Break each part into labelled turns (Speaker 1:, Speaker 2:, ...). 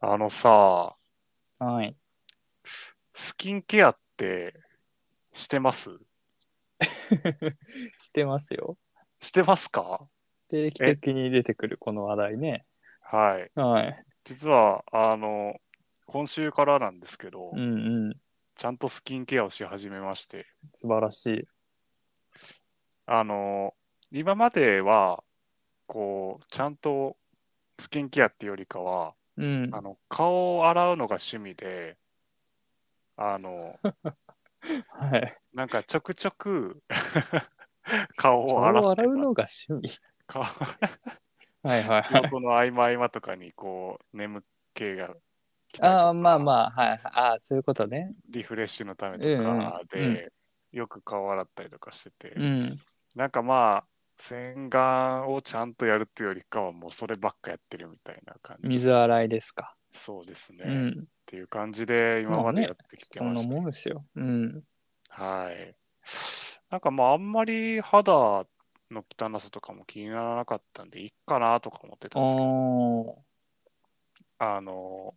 Speaker 1: あのさ、
Speaker 2: はい。
Speaker 1: スキンケアってしてます
Speaker 2: してますよ。
Speaker 1: してますか
Speaker 2: 定期的に出てくるこの話題ね。
Speaker 1: はい。
Speaker 2: はい。
Speaker 1: 実は、あの、今週からなんですけど、
Speaker 2: うんうん。
Speaker 1: ちゃんとスキンケアをし始めまして、
Speaker 2: 素晴らしい。
Speaker 1: あの、今までは、こう、ちゃんとスキンケアっていうよりかは、
Speaker 2: うん。
Speaker 1: あの、顔を洗うのが趣味で、あの、
Speaker 2: はい。
Speaker 1: なんかちょくちょく 顔を
Speaker 2: 顔を
Speaker 1: 洗
Speaker 2: 洗
Speaker 1: って
Speaker 2: う
Speaker 1: ます
Speaker 2: のが趣味。
Speaker 1: 顔
Speaker 2: はいはい
Speaker 1: 仕
Speaker 2: はい。
Speaker 1: 事の合間合間とかにこう眠気が来たりとか
Speaker 2: ああ、まあまあ、はいはい。ああ、そういうことね。
Speaker 1: リフレッシュのためとか
Speaker 2: うんうん
Speaker 1: でよく顔洗ったりとかしてて、
Speaker 2: うん。
Speaker 1: なんかまあ洗顔をちゃんとやるっていうよりかはもうそればっかやってるみたいな感じ
Speaker 2: 水洗いですか。
Speaker 1: そうですね、
Speaker 2: う
Speaker 1: っ
Speaker 2: ん。
Speaker 1: ていう感じで今までやってきて
Speaker 2: そ
Speaker 1: ま
Speaker 2: んな
Speaker 1: した、
Speaker 2: もんですよ。うん。
Speaker 1: はいなんかまああんまり肌の汚さとかも気にならなかったんでいいかなとか思ってたんですけど
Speaker 2: おー。
Speaker 1: あの、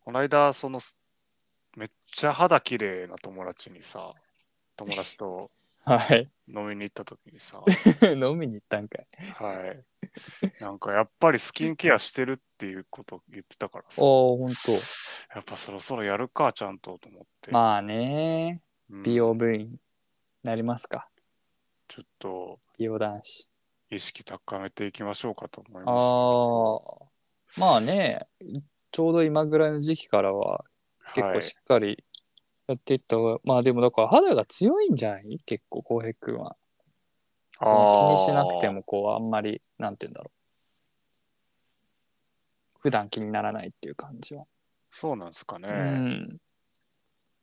Speaker 1: この間、その、めっちゃ肌綺麗な友達にさ、友達と
Speaker 2: はい。
Speaker 1: 飲みに行った時にさ、
Speaker 2: 飲みに行ったんかい。
Speaker 1: はい。なんかやっぱりスキンケアしてるっていうこと言ってたからさ、
Speaker 2: おー、ほんと。
Speaker 1: やっぱそろそろやるか、ちゃんとと思って。
Speaker 2: まあね。
Speaker 1: うん
Speaker 2: 美容部員なりますか。
Speaker 1: ちょっと
Speaker 2: 美容男子。
Speaker 1: 意識高めていきましょうかと思い
Speaker 2: あ
Speaker 1: ま
Speaker 2: あまあねちょうど今ぐらいの時期からは
Speaker 1: す。
Speaker 2: 結
Speaker 1: は
Speaker 2: 構
Speaker 1: い。
Speaker 2: しっかりやっていった方が、まあでもだから肌が強いんじゃない結構浩平君はその気にしなくてもこうあんまりなんて言うんだろう普段気にならないっていう感じは、
Speaker 1: あー。そうなんですかね。
Speaker 2: うん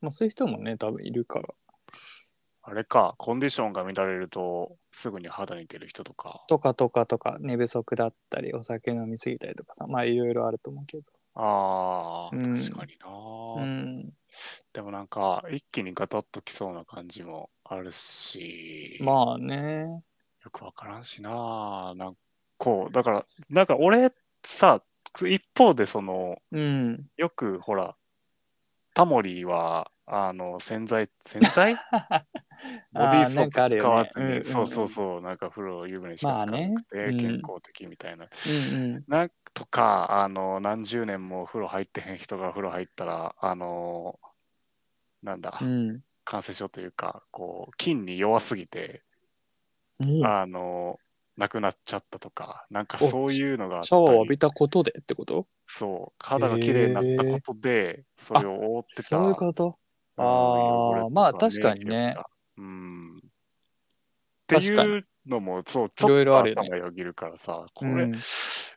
Speaker 2: まあそういう人もね多分いるから
Speaker 1: あれか、コンディションが乱れると、すぐに肌に出る人とか。
Speaker 2: とかとかとか寝不足だったりお酒飲みすぎたりとかさまあいろいろあると思うけど
Speaker 1: ああ、
Speaker 2: うん
Speaker 1: 確かにな、
Speaker 2: うん
Speaker 1: でもなんか、一気にガタッときそうな感じもあるし、
Speaker 2: まあね
Speaker 1: よくわからんしななんかこう、だから、なんか俺さ、一方でその、
Speaker 2: うん
Speaker 1: よくほら、タモリは、あの、洗剤、洗 剤ボディーソ
Speaker 2: なんか
Speaker 1: ー
Speaker 2: あ
Speaker 1: プ
Speaker 2: る
Speaker 1: 使
Speaker 2: よ
Speaker 1: わ
Speaker 2: ね
Speaker 1: ず
Speaker 2: うんうんう
Speaker 1: に、
Speaker 2: ん
Speaker 1: そうそうそう、なんか風呂湯船しか
Speaker 2: まあ
Speaker 1: 使わな
Speaker 2: ね
Speaker 1: くて、
Speaker 2: うん
Speaker 1: 健康的みたいな。
Speaker 2: うんうん
Speaker 1: なんとか、あの、何十年も風呂入ってへん人が風呂入ったら、あの、なんだ、
Speaker 2: うん。
Speaker 1: 感染症というか、こう、菌に弱すぎて、
Speaker 2: シ
Speaker 1: あの、亡くなっちゃったとか、なんかそういうのがあった
Speaker 2: ャワーを浴
Speaker 1: り
Speaker 2: び、たことでってこと
Speaker 1: そう、肌が綺麗になったことで、それを覆ってた。
Speaker 2: そういうこと
Speaker 1: うん
Speaker 2: あー
Speaker 1: 汚れとか
Speaker 2: まあ確かに
Speaker 1: 免
Speaker 2: ね
Speaker 1: 疫力がうん。って
Speaker 2: 確かに
Speaker 1: いうのも、そう、ちょ
Speaker 2: いろ
Speaker 1: っ
Speaker 2: いろ
Speaker 1: と
Speaker 2: あるよね
Speaker 1: 頭がよぎるからさ、こ
Speaker 2: う
Speaker 1: れ
Speaker 2: ん、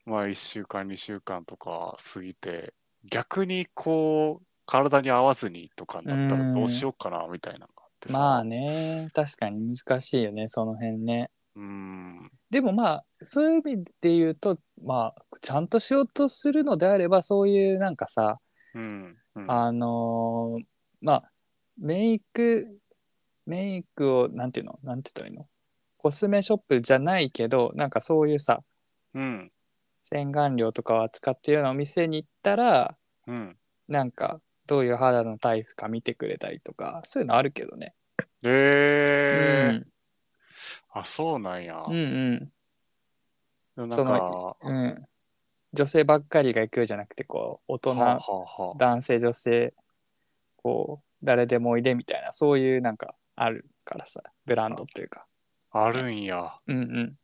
Speaker 1: まあ1週間、2週間とか過ぎて、逆にこう、体に合わずにとかになった
Speaker 2: う
Speaker 1: ら
Speaker 2: ん
Speaker 1: どうしようかなみたいなのがあってさ。
Speaker 2: まあね、確かに難しいよね、その辺ね。
Speaker 1: うん。
Speaker 2: でもまあ、そういう意味で言うと、まあ、ちゃんとしようとするのであれば、そういうなんかさ、
Speaker 1: うん。うん
Speaker 2: あのーまあ、メイク、メイクを、なんていうのなんて言ったらいいのコスメショップじゃないけど、なんかそういうさ、
Speaker 1: うん。
Speaker 2: 洗顔料とかを扱ってるようなお店に行ったら、
Speaker 1: うん。
Speaker 2: なんかどういう肌のタイプか見てくれたりとかそういうのあるけどね。
Speaker 1: えーあ、そうなんや。
Speaker 2: うん、うん
Speaker 1: でもな
Speaker 2: そ
Speaker 1: んか、
Speaker 2: のうんうん女性ばっかりが行くようじゃなくてこう大人、
Speaker 1: はあはあはあ
Speaker 2: 男性女性こう誰でもおいでみたいなそういうなんかあるからさブランドっていうか。
Speaker 1: あるんや。
Speaker 2: うんうん、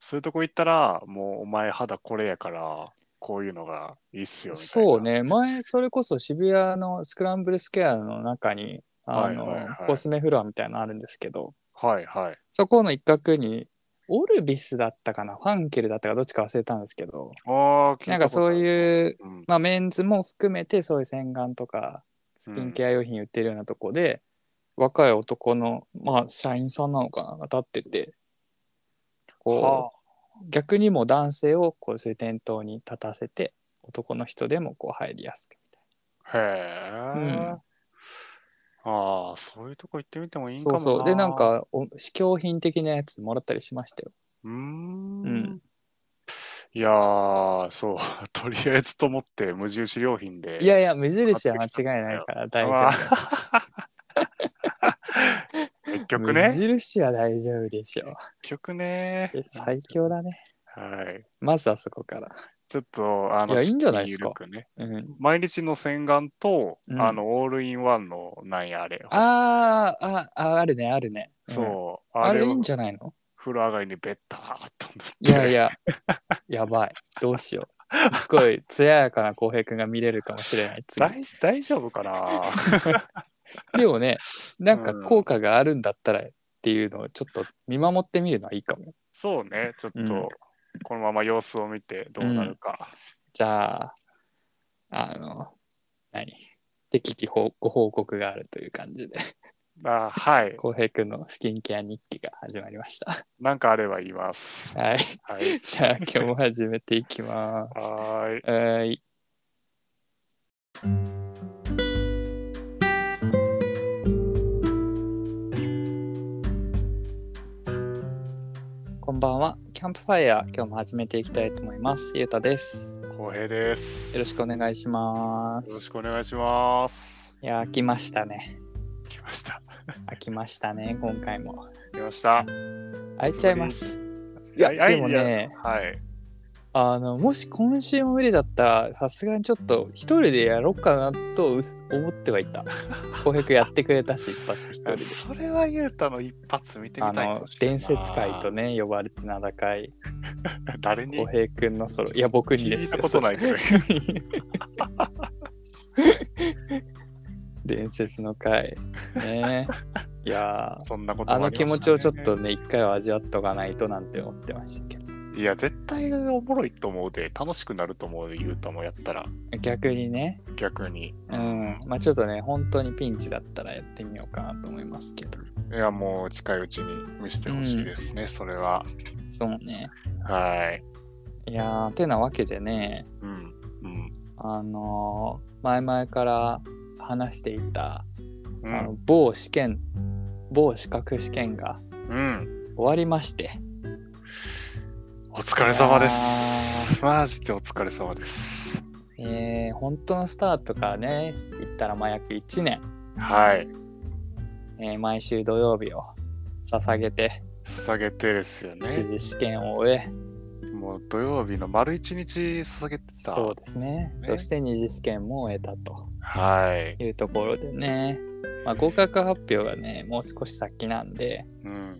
Speaker 1: そういうとこ行ったら、もうお前肌これやから、こういうのがいいっすよみたいな。
Speaker 2: そう。ね前それこそ渋谷のスクランブルスケアの中にあの、
Speaker 1: はいはいはい
Speaker 2: コスメフロアみたいなのあるんですけど
Speaker 1: はいはい。
Speaker 2: そこの一角にオルビスだったかなファンケルだったかどっちか忘れたんですけど、
Speaker 1: ああ、
Speaker 2: なんかそう
Speaker 1: う。
Speaker 2: いう、
Speaker 1: うん。
Speaker 2: まあ、メンズも含めてそういう洗顔とかスキンケア用品売ってるようなとこで、若い男の、まあ、社員さんなのかなが立っててこ
Speaker 1: は
Speaker 2: う、逆にもう男性をこうそういう店頭に立たせて男の人でもこう入りやすくみ
Speaker 1: あ、へえ。
Speaker 2: うん
Speaker 1: ああ、そういうとこ行ってみてもいいん
Speaker 2: たい
Speaker 1: かも
Speaker 2: な
Speaker 1: な。
Speaker 2: そうそうでなん、かお試供品的なやつもらったりしましたよ
Speaker 1: うーん,、
Speaker 2: うん
Speaker 1: いやー、そう、 とりあえずと思って無印良品で。
Speaker 2: いやいや、無印は間違いないから大丈
Speaker 1: ま
Speaker 2: 夫。
Speaker 1: 結局
Speaker 2: 無
Speaker 1: ね。結
Speaker 2: 印は大丈夫でしょ
Speaker 1: 局ね
Speaker 2: う。。最強だね。
Speaker 1: はい。
Speaker 2: まずはそこから。
Speaker 1: ちょっと、あの、
Speaker 2: いやいいんじゃないですか
Speaker 1: 資金緩くね
Speaker 2: うん。
Speaker 1: 毎日の洗顔と、
Speaker 2: うん
Speaker 1: あの、オールインワンの、なんやあれ。
Speaker 2: あーあ、ああるね、あるね。うん
Speaker 1: そう、
Speaker 2: あ
Speaker 1: あれ
Speaker 2: れいい
Speaker 1: を
Speaker 2: んじゃないの
Speaker 1: 風呂上がりにベッターっと塗って。
Speaker 2: いやいや、やばい。どうしよう。すっごい艶やかな浩平くんが見れるかもしれない。次
Speaker 1: 大大丈夫かな
Speaker 2: でもね、なんか効果があるんだったらっていうのをちょっと見守ってみるのはいいかも。
Speaker 1: そうね、ちょっと、
Speaker 2: うん
Speaker 1: このまま様子を見てどうなるか。
Speaker 2: じゃあ、あの、何適宜報ご報告があるという感じで、
Speaker 1: あはい、
Speaker 2: 浩平くんのスキンケア日記が始まりました。
Speaker 1: なんかあれば言います。
Speaker 2: はい。
Speaker 1: はい。
Speaker 2: じゃあ今日も始めていきます。
Speaker 1: はーい。
Speaker 2: はい。こんばんは。キャンプファイヤー、今日も始めていきたいと思います。ゆうたです。
Speaker 1: 浩平です。
Speaker 2: よろしくお願いし
Speaker 1: よ
Speaker 2: ま
Speaker 1: ろし
Speaker 2: す。
Speaker 1: くお願いします。
Speaker 2: いやー、来ましたね。
Speaker 1: 来ました。
Speaker 2: 飽きましたね、今回も。
Speaker 1: 来ました。
Speaker 2: 開いちゃいます。い
Speaker 1: い
Speaker 2: や、
Speaker 1: や
Speaker 2: でもね、
Speaker 1: はい。
Speaker 2: あの、もし今週も無理だったら、さすがにちょっと一人でやろうかなとうす思ってはいた。浩平君やってくれたし、一発一人で。
Speaker 1: それはゆうたの一発見て
Speaker 2: あ
Speaker 1: みたい
Speaker 2: の伝説界と
Speaker 1: ね。
Speaker 2: ね呼ばれて名高い
Speaker 1: 誰に
Speaker 2: 浩平くんのソロいや僕にで
Speaker 1: 聞い
Speaker 2: す
Speaker 1: た
Speaker 2: よ
Speaker 1: ことないけど。
Speaker 2: それ伝説の回 ねいやー
Speaker 1: そんなこと
Speaker 2: あ
Speaker 1: も
Speaker 2: の
Speaker 1: りま
Speaker 2: 気
Speaker 1: したね
Speaker 2: 持ちをちょっとね一回は味わっとかないとなんて思ってましたけど
Speaker 1: いや、絶対おもろいと思うで、楽しくなると思うで、ゆうたもやったら、
Speaker 2: 逆にね
Speaker 1: 逆に。
Speaker 2: うんまあちょっとね本当にピンチだったらやってみようかなと思いますけど
Speaker 1: いや、もう近いうちに見せてほしいですね、それは。
Speaker 2: そうね
Speaker 1: はい。
Speaker 2: いやーてなわけでね
Speaker 1: うん。うん。
Speaker 2: あのー前々から話していた
Speaker 1: う
Speaker 2: あの
Speaker 1: ん。
Speaker 2: 某試験某資格試験が
Speaker 1: うん、
Speaker 2: 終わりまして
Speaker 1: お疲れ様です。マジでお疲れ様です。
Speaker 2: えー、本当のスタートからね言ったらまあ約1年、
Speaker 1: はい。
Speaker 2: えー毎週土曜日を捧げて
Speaker 1: 捧げてですよね。
Speaker 2: 一次試験を終え
Speaker 1: もう土曜日の丸一日捧げてた。
Speaker 2: そうですね
Speaker 1: ね
Speaker 2: そして二次試験も終えたと
Speaker 1: はい。
Speaker 2: いうところでね、まあ、合格発表がねもう少し先なんで、
Speaker 1: うんうん、うん。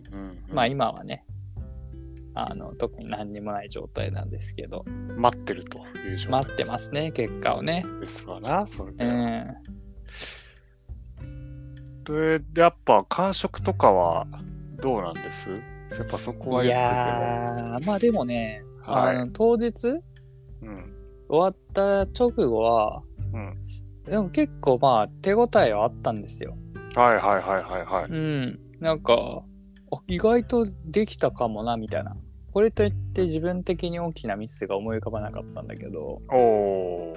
Speaker 2: まあ今はねあの特に何にもない状態なんですけど
Speaker 1: 待ってるという状態。
Speaker 2: 待ってますすね結果をね
Speaker 1: ですわな、それ
Speaker 2: う
Speaker 1: で。
Speaker 2: ん
Speaker 1: で、やっぱ感触とかはどうなんですやっぱそこはいやっ
Speaker 2: やーまあでもね、
Speaker 1: はい
Speaker 2: あの当日終
Speaker 1: ぱりうん。
Speaker 2: わった直後は、
Speaker 1: うん
Speaker 2: でも結構まあ手応えはあったんですよ。
Speaker 1: はいはいはいはいはい。
Speaker 2: うん、なんかあ意外とできたかもなみたいな。これといって自分的に大きなミスが思い浮かばなかったんだけど
Speaker 1: お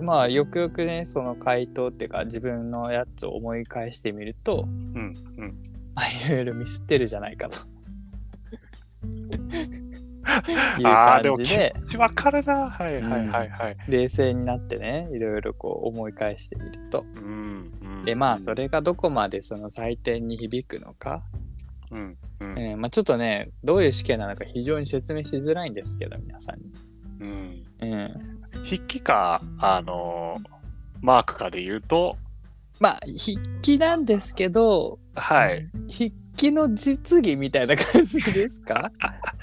Speaker 1: ー。
Speaker 2: まあよくよくねその回答っていうか自分のやつを思い返してみると
Speaker 1: うんうん。
Speaker 2: まあいろいろミスってるじゃない かと。いう
Speaker 1: ああー、で
Speaker 2: 感
Speaker 1: も
Speaker 2: じ
Speaker 1: 気
Speaker 2: で
Speaker 1: 持ちわかるな。はいはいはいはい。
Speaker 2: 冷静になってねいろいろこう思い返してみると
Speaker 1: うん。うん、
Speaker 2: でまあそ。れがどこまでその採点に響くのか、
Speaker 1: うんうん
Speaker 2: えーまあ、ちょっとねどういう試験なのか非常に説明しづらいんですけど皆さんに、
Speaker 1: うん。
Speaker 2: うん、
Speaker 1: 筆記か、あのーマークかで言うと、
Speaker 2: まあ筆記なんですけど、
Speaker 1: はい。
Speaker 2: 筆記の実技みたいな感じです か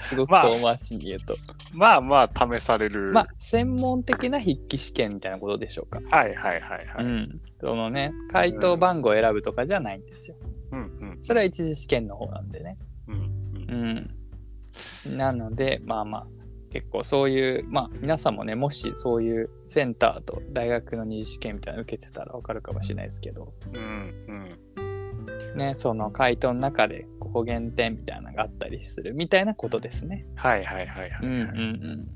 Speaker 2: すごく
Speaker 1: まあ
Speaker 2: 遠回しに言うと、
Speaker 1: まあまあ試される。
Speaker 2: まあ専門的な筆記試験みたいなことでしょうか、
Speaker 1: はいはいはいはい。
Speaker 2: う
Speaker 1: うん
Speaker 2: んそのね回答番号を選ぶとかじゃないんですよ
Speaker 1: うん
Speaker 2: それは一次試験の方なんでね
Speaker 1: うんうん
Speaker 2: うん、なのでまあまあ結構そういうまあ皆さんもねもしそういうセンターと大学の二次試験みたいなの受けてたらわかるかもしれないですけど
Speaker 1: うん
Speaker 2: ねその回答の中でここ減点みたいなのがあったりするみたいなことですね。
Speaker 1: はいはいはいはい。
Speaker 2: うんうんうん、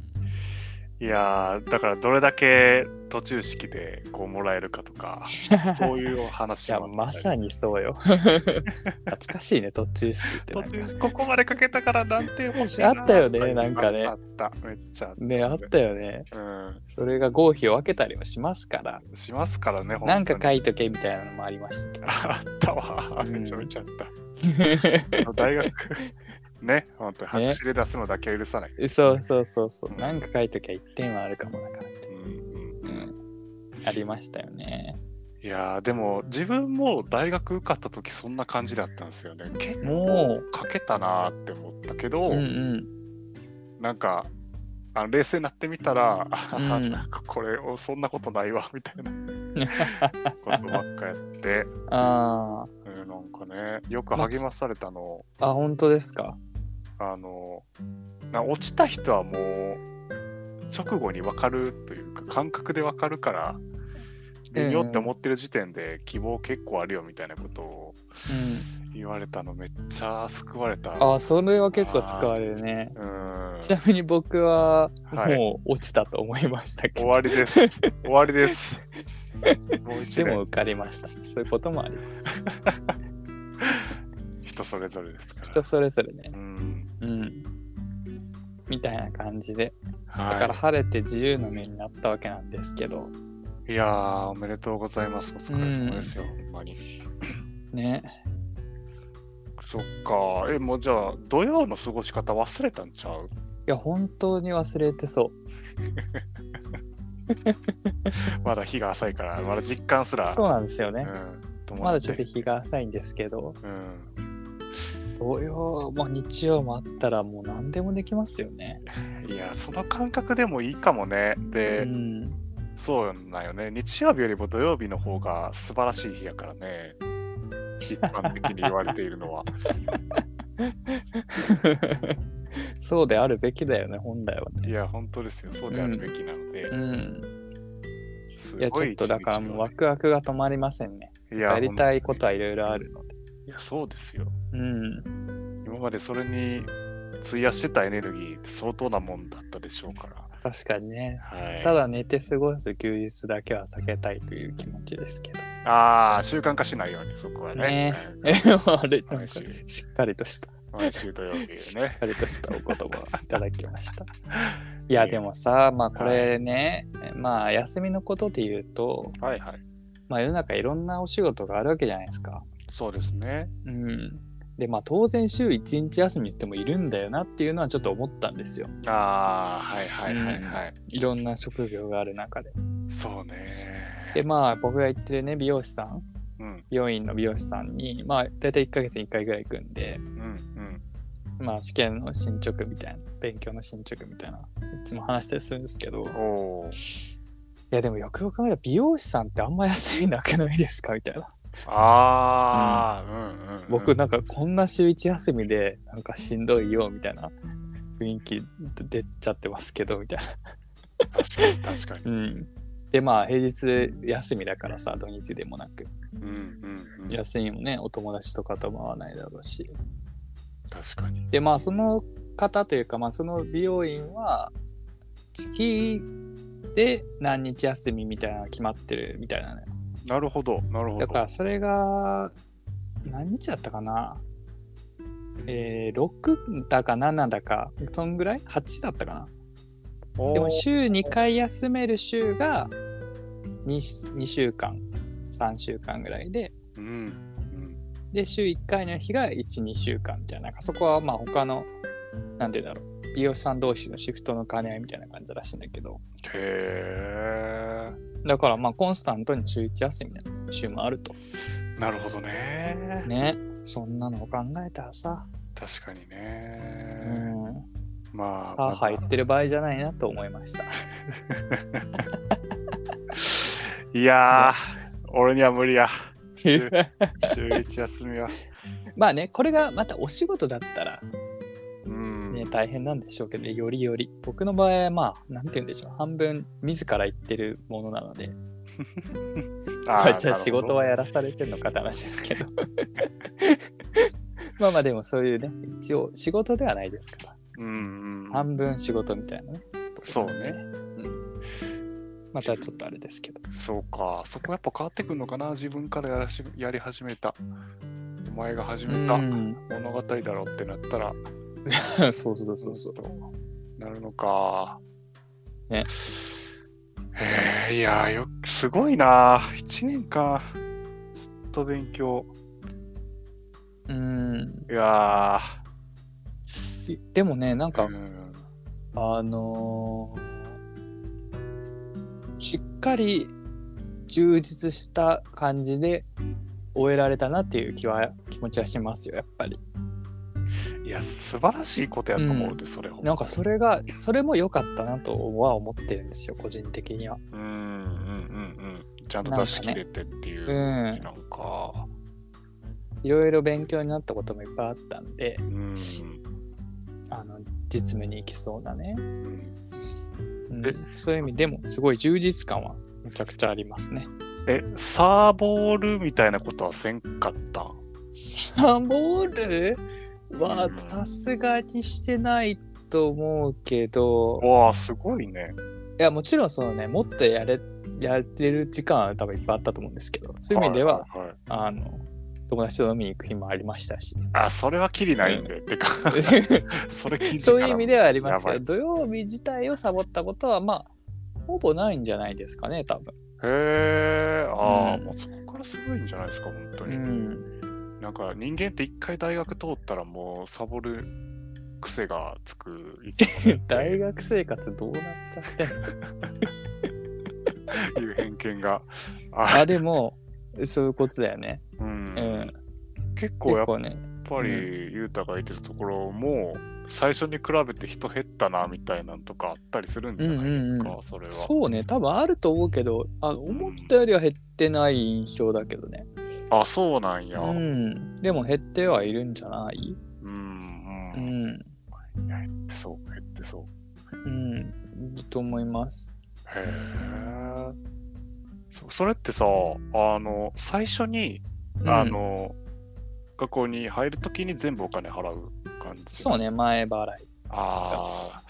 Speaker 1: いやーだからどれだけ途中式でこうもらえるかと かそういうお
Speaker 2: い
Speaker 1: 話
Speaker 2: や
Speaker 1: も
Speaker 2: まさにそ うよ懐かしいね途中式ってな
Speaker 1: 途
Speaker 2: んか
Speaker 1: 中ここまでかけたからなんて欲しい
Speaker 2: あったよねなんかね
Speaker 1: あっためっちゃあった
Speaker 2: ねあったよね
Speaker 1: う
Speaker 2: それが合否を分けたりもしますから
Speaker 1: んしますからね
Speaker 2: なんか書
Speaker 1: い
Speaker 2: いとけみたいなのもありました
Speaker 1: あったわ
Speaker 2: うん
Speaker 1: めちゃめちゃあ った、大学 ね本当に
Speaker 2: ね
Speaker 1: 白紙で出すのだけは許さない、
Speaker 2: そうそうそうそう
Speaker 1: うん
Speaker 2: なんか書いときゃ1点はあるかもだからって
Speaker 1: うんうん
Speaker 2: うんありましたよね
Speaker 1: いやーでも自分も大学受かった時そんな感じだったんですよね結
Speaker 2: も
Speaker 1: 構かけたなーって思ったけど、
Speaker 2: うんうん
Speaker 1: なんかあ冷静になってみたら、あ
Speaker 2: う ん
Speaker 1: なんかこれおそんなことないわみたいなことばっかやって、
Speaker 2: あ
Speaker 1: うんなんかねよく励まされたの、
Speaker 2: ーあ本当ですか
Speaker 1: あのな落ちた人はもう直後に分かるというか感覚で分かるから
Speaker 2: うん
Speaker 1: 微妙って思ってる時点で希望結構あるよみたいなことを
Speaker 2: うん
Speaker 1: 言われたのめっちゃ救われた。
Speaker 2: あーそれは結構救われるね
Speaker 1: うん
Speaker 2: ちなみに僕は
Speaker 1: はい
Speaker 2: もう落ちたと思いましたけ
Speaker 1: 終
Speaker 2: ど、
Speaker 1: わり です。終わりです。もう一年
Speaker 2: でも受かりましたそういうこともあります
Speaker 1: 人それぞれですから。
Speaker 2: 人それぞれね
Speaker 1: うん。
Speaker 2: うんみたいな感じでだから
Speaker 1: は
Speaker 2: 晴れて自由の身になったわけなんですけど
Speaker 1: い。いやー、おめでとうございます。お疲れ様ですよ。ほんまに。
Speaker 2: ね
Speaker 1: そっか。え、もうじゃあ、土曜の過ごし方忘れたんちゃう
Speaker 2: いや本当に忘れてそう
Speaker 1: まだ日が浅いから、まだ実感すら。
Speaker 2: そうなんですよ
Speaker 1: う
Speaker 2: ね、
Speaker 1: ん。と思
Speaker 2: まだちょっと。日が浅いんですけど
Speaker 1: うん。
Speaker 2: 土曜も日曜もあったらもう何でもできますよね
Speaker 1: いやー、その感覚でもいいかもね。で、
Speaker 2: うん
Speaker 1: そうなんよね。日曜日よりも土曜日の方が素晴らしい日やからね。一般的に言われているの は。
Speaker 2: そうであるべきだよね本来はいね
Speaker 1: や、本当ですよ。そうであるべきなので。
Speaker 2: うん
Speaker 1: す
Speaker 2: いやち
Speaker 1: ご
Speaker 2: ょっとだからもうワ
Speaker 1: 一
Speaker 2: クワクが止まりませんね
Speaker 1: 日をいや
Speaker 2: やりたいこ
Speaker 1: 本
Speaker 2: とはいろいろあるので
Speaker 1: 当にいや、そうですよ。
Speaker 2: うん
Speaker 1: 今までそれに費やしてたエネルギーって相当なもんだったでしょうから。
Speaker 2: 確かにね
Speaker 1: はい、
Speaker 2: ただ寝て過ごす休日だけは避けたいという気持ちで すけど
Speaker 1: ああ、習慣化しないように、そこはね。
Speaker 2: ねえあれなん
Speaker 1: 毎
Speaker 2: か
Speaker 1: 週
Speaker 2: しっかりとした
Speaker 1: 毎週土曜日
Speaker 2: しっ
Speaker 1: ね。
Speaker 2: かりとしたお言葉をいただき ました。いやでもさまあこれね、まあ休みのことで言うと、
Speaker 1: はいはい。
Speaker 2: まあ、世の中いろんなお仕事があるわけじゃないですか。
Speaker 1: そうですね。
Speaker 2: うん、でまあ当然週1日休みってもいるんだよなっていうのはちょっと思ったんですよ。
Speaker 1: ああ、はいはいはいはい。
Speaker 2: いろんな職業がある中で。
Speaker 1: そうね。
Speaker 2: でまあ僕が行ってるね美容師さん
Speaker 1: うん
Speaker 2: 美容院の美容師さんにまあ大体1ヶ月に1回ぐらい行くんで。
Speaker 1: うんうん。
Speaker 2: まあ試験の進捗みたいな勉強の進捗みたいないつも話したりするんですけど、
Speaker 1: おお。
Speaker 2: いやでもよくよく考えたら美容師さんってあんま休みなくないですかみたいな、
Speaker 1: ああ、うん、うんうん。
Speaker 2: 僕なんかこんな週一休みでなんかしんどいよみたいな雰囲気出ちゃってますけどみたい
Speaker 1: 確かに確かに。
Speaker 2: な、うん、でまあ平日休みだからさ土日でもなく
Speaker 1: うんうんうん。
Speaker 2: 休みもねお友達とかとも会わないだろうし
Speaker 1: 確かに。
Speaker 2: でまあその方というかまあその美容院は月で何日休みみたいなのが決まってるみたいなね
Speaker 1: なるほど、なるほど。
Speaker 2: だからそれが何日だったかなえー、6だか7だかそんぐらい ?8 だったか
Speaker 1: お
Speaker 2: な
Speaker 1: ー
Speaker 2: でも週2回休める週が 2, 2週間3週間ぐらいで
Speaker 1: うんうん
Speaker 2: で週1回の日が12週間みたいななんかそこはまあ他の何て言うんだろう美容師さん同士のシフトの兼ね合いみたいな感じらしいんだけど
Speaker 1: へえ
Speaker 2: だからまあコンスタントに週1休みの週もあると
Speaker 1: なるほどね
Speaker 2: ねそんなのを考えたらさ
Speaker 1: 確かに
Speaker 2: う
Speaker 1: ね、
Speaker 2: ん
Speaker 1: まあ
Speaker 2: あ入ってる場合じゃないなと思いました。
Speaker 1: いやー俺には無理や週一休みは
Speaker 2: まあねこれがまたお仕事だったら、
Speaker 1: うん、
Speaker 2: ね、大変なんでしょうけどよりより僕の場合はまあ何て言うんでしょう半分自ら言ってるものなので
Speaker 1: あ
Speaker 2: まあ
Speaker 1: ー
Speaker 2: じゃあ仕事は
Speaker 1: な
Speaker 2: やらされてるのかって話ですけど まあまあでもそういうね一応仕事ではないですから
Speaker 1: るほどうんうん
Speaker 2: 半分仕事みたいなね
Speaker 1: そうね
Speaker 2: うまたちょっとあれですけど。
Speaker 1: そうか、そこやっぱ変わってくるのかな、自分からやらしやり始めた、お前が始めた
Speaker 2: うん
Speaker 1: 物語だろうってなったら、
Speaker 2: そうそうそうそう。
Speaker 1: なるのか。
Speaker 2: ね。
Speaker 1: えー、いやーよく、すごいな、1年か、ずっと勉強。
Speaker 2: うん。
Speaker 1: いや
Speaker 2: いでもね、なん
Speaker 1: ー、
Speaker 2: か
Speaker 1: う、ん、
Speaker 2: あのーしっかり充実した感じで終えられたなっていう気は気持ちはしますよやっぱり
Speaker 1: いや、素晴らしいことやと思うで、
Speaker 2: う
Speaker 1: それを。
Speaker 2: なんかそれがそれも良かったなとは思ってるんですよ個人的には
Speaker 1: うんうんうんうん。ちゃんと出し切れてっていう
Speaker 2: なんかねうん
Speaker 1: なんか。
Speaker 2: いろいろ勉強になったこともいっぱいあったんで
Speaker 1: うん
Speaker 2: あの実務に行きそうなね、
Speaker 1: うん
Speaker 2: うん
Speaker 1: え
Speaker 2: そういう意味でもすごい充実感はめちゃくちゃありますね
Speaker 1: え、サーボールみたいなことはせんかったん
Speaker 2: サボるは
Speaker 1: うん
Speaker 2: さすがにしてないと思うけど
Speaker 1: わあ、すごいね。
Speaker 2: いやもちろんそのねもっとやれやれる時間は多分いっぱいあったと思うんですけどそういう意味では、
Speaker 1: いいい
Speaker 2: あの友達と飲みに行く日もありました し
Speaker 1: あ、それはきりないんで。 てか、それ禁止
Speaker 2: そういう意味ではあります
Speaker 1: や
Speaker 2: け
Speaker 1: ば
Speaker 2: ど土曜日自体をサボったことはまあほぼないんじゃないですかね多分。
Speaker 1: へえ、ああ、
Speaker 2: うん
Speaker 1: もうそこからすごいんじゃないですか、本当
Speaker 2: う
Speaker 1: に。
Speaker 2: ん、
Speaker 1: なんか人間って一回大学通ったらもうサボる癖がつく生き物だって
Speaker 2: 大学生活どうなっちゃってん の
Speaker 1: いう偏見 が。あ
Speaker 2: あでもそういうことだよね。
Speaker 1: う、
Speaker 2: うんん、
Speaker 1: 結構や
Speaker 2: 結
Speaker 1: っ
Speaker 2: 構ね
Speaker 1: ぱりユータがいてたところも最初に比べて人減ったなみたいなのとかあったりするんじゃないです
Speaker 2: うん
Speaker 1: か、
Speaker 2: うん
Speaker 1: それは。
Speaker 2: そうね多分あると思うけどあの思ったよりは減ってない印象だけどね。
Speaker 1: あ、そうなんや。
Speaker 2: う
Speaker 1: うん
Speaker 2: ん、でも減ってはいるんじゃない、
Speaker 1: うん、
Speaker 2: う
Speaker 1: 減
Speaker 2: ん
Speaker 1: ってそう、減ってそう。
Speaker 2: うん、と思います。
Speaker 1: へえ。そそれってさ、あの、最初に、あの、学校に入るときに全部お金払う感じ。
Speaker 2: そうね、前払い。
Speaker 1: ああ、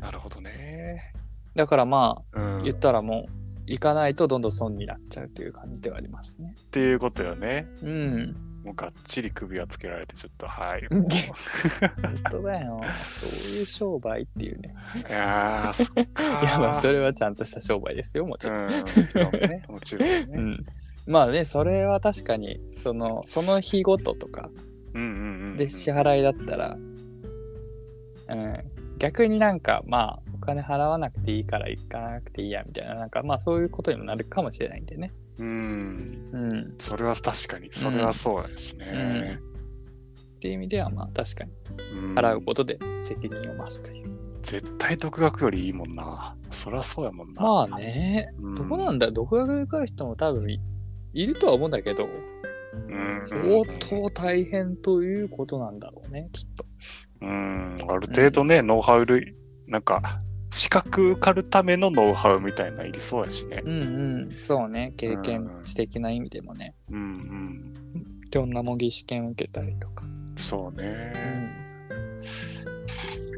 Speaker 1: なるほどね。
Speaker 2: だからま
Speaker 1: う
Speaker 2: あ、
Speaker 1: ん、
Speaker 2: 言
Speaker 1: っ
Speaker 2: ったらもう、行かないとどんどん損になっちゃうという感じではありますね。
Speaker 1: ていうことよね。
Speaker 2: うん。
Speaker 1: もうがっちり首輪つけられて、ちょっと、はい。
Speaker 2: うん本当だよ。どういう商売っていうね。
Speaker 1: いやー、そっか
Speaker 2: い
Speaker 1: ー。
Speaker 2: や、まあ、それはちゃんとした商売ですよ、もち
Speaker 1: う
Speaker 2: ろん。
Speaker 1: ん、もちろんね。もちろん
Speaker 2: う
Speaker 1: ね。
Speaker 2: ん。まあね、それは確かに、その、その日ごととか
Speaker 1: うんうんうんうん。
Speaker 2: で支払いだったら、うん。逆になんか、まあ、お金払わなくていいから行かなくていいや、みたいな、なんか、まあ、そういうことにもなるかもしれないんでね。
Speaker 1: うん、
Speaker 2: うん。
Speaker 1: それは確かに、それはそうやしね。
Speaker 2: っていう意味ではまあ確かに
Speaker 1: うん
Speaker 2: 払うことで責任を増すという、
Speaker 1: 絶対独学よりいいもんな。そりゃそうやもんな。
Speaker 2: まあね
Speaker 1: うん、
Speaker 2: どうなんだ独学で受かる人も多分いいるとは思うんだけど
Speaker 1: うん
Speaker 2: 相当大変ということなんだろうねきっと
Speaker 1: うん、ある程度ね、ノウハウ類、なんか、資格受かるためのノウハウみたいなのいりそうやしね。
Speaker 2: うんうんそうね経
Speaker 1: う
Speaker 2: 験
Speaker 1: ん
Speaker 2: 知的な意味でもね
Speaker 1: うん
Speaker 2: いろんな模擬試験受けたりとか、
Speaker 1: うん、そう
Speaker 2: う
Speaker 1: ね。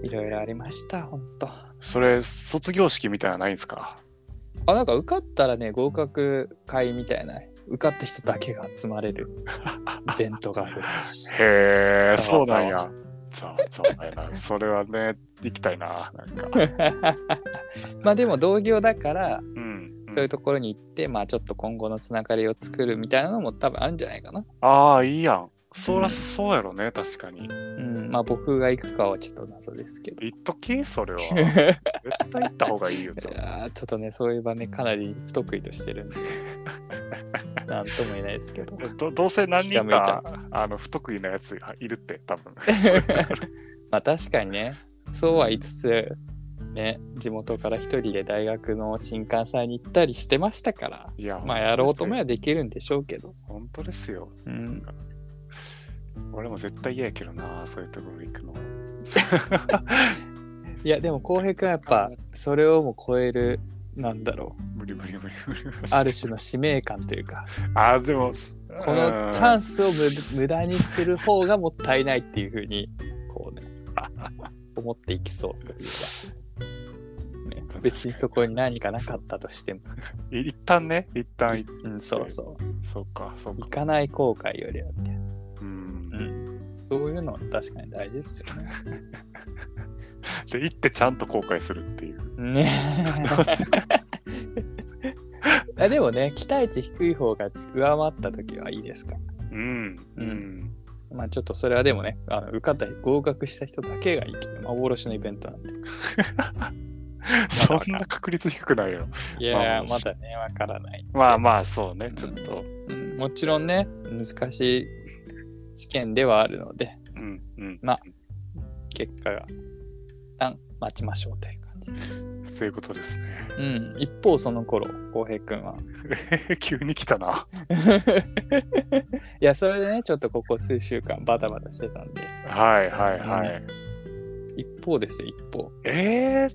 Speaker 2: ん、いろいろありましたほんとあ
Speaker 1: それ、卒業式みたいなのないんすか
Speaker 2: なんか受かったらね合格会みたいな受かった人だけが集まれる イベントがある し
Speaker 1: へえ、
Speaker 2: ざ
Speaker 1: そ
Speaker 2: わ
Speaker 1: う
Speaker 2: ざわ
Speaker 1: なんや。そうそうやな。それはね、行きたいな。なんか。
Speaker 2: まあでも同業だから
Speaker 1: うん、う。
Speaker 2: そういうんところに行って、まあちょっと今後のつながりを作るみたいなのも多分あるんじゃないかな。
Speaker 1: ああ、いいやん。そら、
Speaker 2: うん
Speaker 1: そうやろね、確かに。
Speaker 2: うん、まあ僕が行くかはちょっと謎ですけど。
Speaker 1: 行っときそ れは。
Speaker 2: い
Speaker 1: 絶
Speaker 2: や
Speaker 1: 対行った方がいいよ、それ
Speaker 2: ーちょっとねそういう場ねかなり不得意として るんでなんとも言えないですけど。
Speaker 1: どどうせ何人
Speaker 2: 気が
Speaker 1: かあの不得意なやつがいるって多 分
Speaker 2: まあ確かにねそうは言いつつね地元から一人で大学の新幹線に行ったりしてましたから
Speaker 1: いや
Speaker 2: まあやろうと思え
Speaker 1: め
Speaker 2: ばできるんでしょうけど。
Speaker 1: 本当ですよ
Speaker 2: うん、
Speaker 1: 俺も絶対嫌やけどなそういうところ行くの
Speaker 2: いやでも浩平君はやっぱそれをも超えるなんだろう
Speaker 1: 無理無理無理無理無理
Speaker 2: ある種の使命感というか
Speaker 1: あでも
Speaker 2: このチャン
Speaker 1: ス
Speaker 2: スを無無駄にする方がもったいないっていうふうにこうね思っていきそうそういう場所
Speaker 1: ったね。
Speaker 2: 別にそこに何かなかったとしても。
Speaker 1: い一旦ね、一旦い、
Speaker 2: うん、そうそう。
Speaker 1: そうか、そう
Speaker 2: 行
Speaker 1: か。
Speaker 2: かない後悔よりはみたいな。
Speaker 1: うん
Speaker 2: う。ん。そういうのは確かに大事ですよね。
Speaker 1: で、行ってちゃんと後悔するっていう。
Speaker 2: ね あでもね、期待値低い方が上回った時はいいですか。
Speaker 1: うん。
Speaker 2: う
Speaker 1: うんん。
Speaker 2: まあちょっとそれはでもね、あの受かったり合格した人だけがいいけど、幻のイベントなんで。
Speaker 1: そんな確率低くないよ。
Speaker 2: いやー、
Speaker 1: ま
Speaker 2: ま
Speaker 1: あ
Speaker 2: だね、わからない。
Speaker 1: まあまあ、そうね
Speaker 2: ん。
Speaker 1: ちょっと。
Speaker 2: うんもちろんね、難しい試験ではあるので、
Speaker 1: うん。うん。
Speaker 2: ま結果が一旦待ちましょうという感じで。
Speaker 1: そういうことですね。
Speaker 2: うん、一方その頃、浩平くんは。
Speaker 1: 急に来たな。
Speaker 2: いや、それでね、ちょっとここ数週間バタバタしてたんで、
Speaker 1: はいはいはい。
Speaker 2: 一方ですよ、一方。
Speaker 1: えー、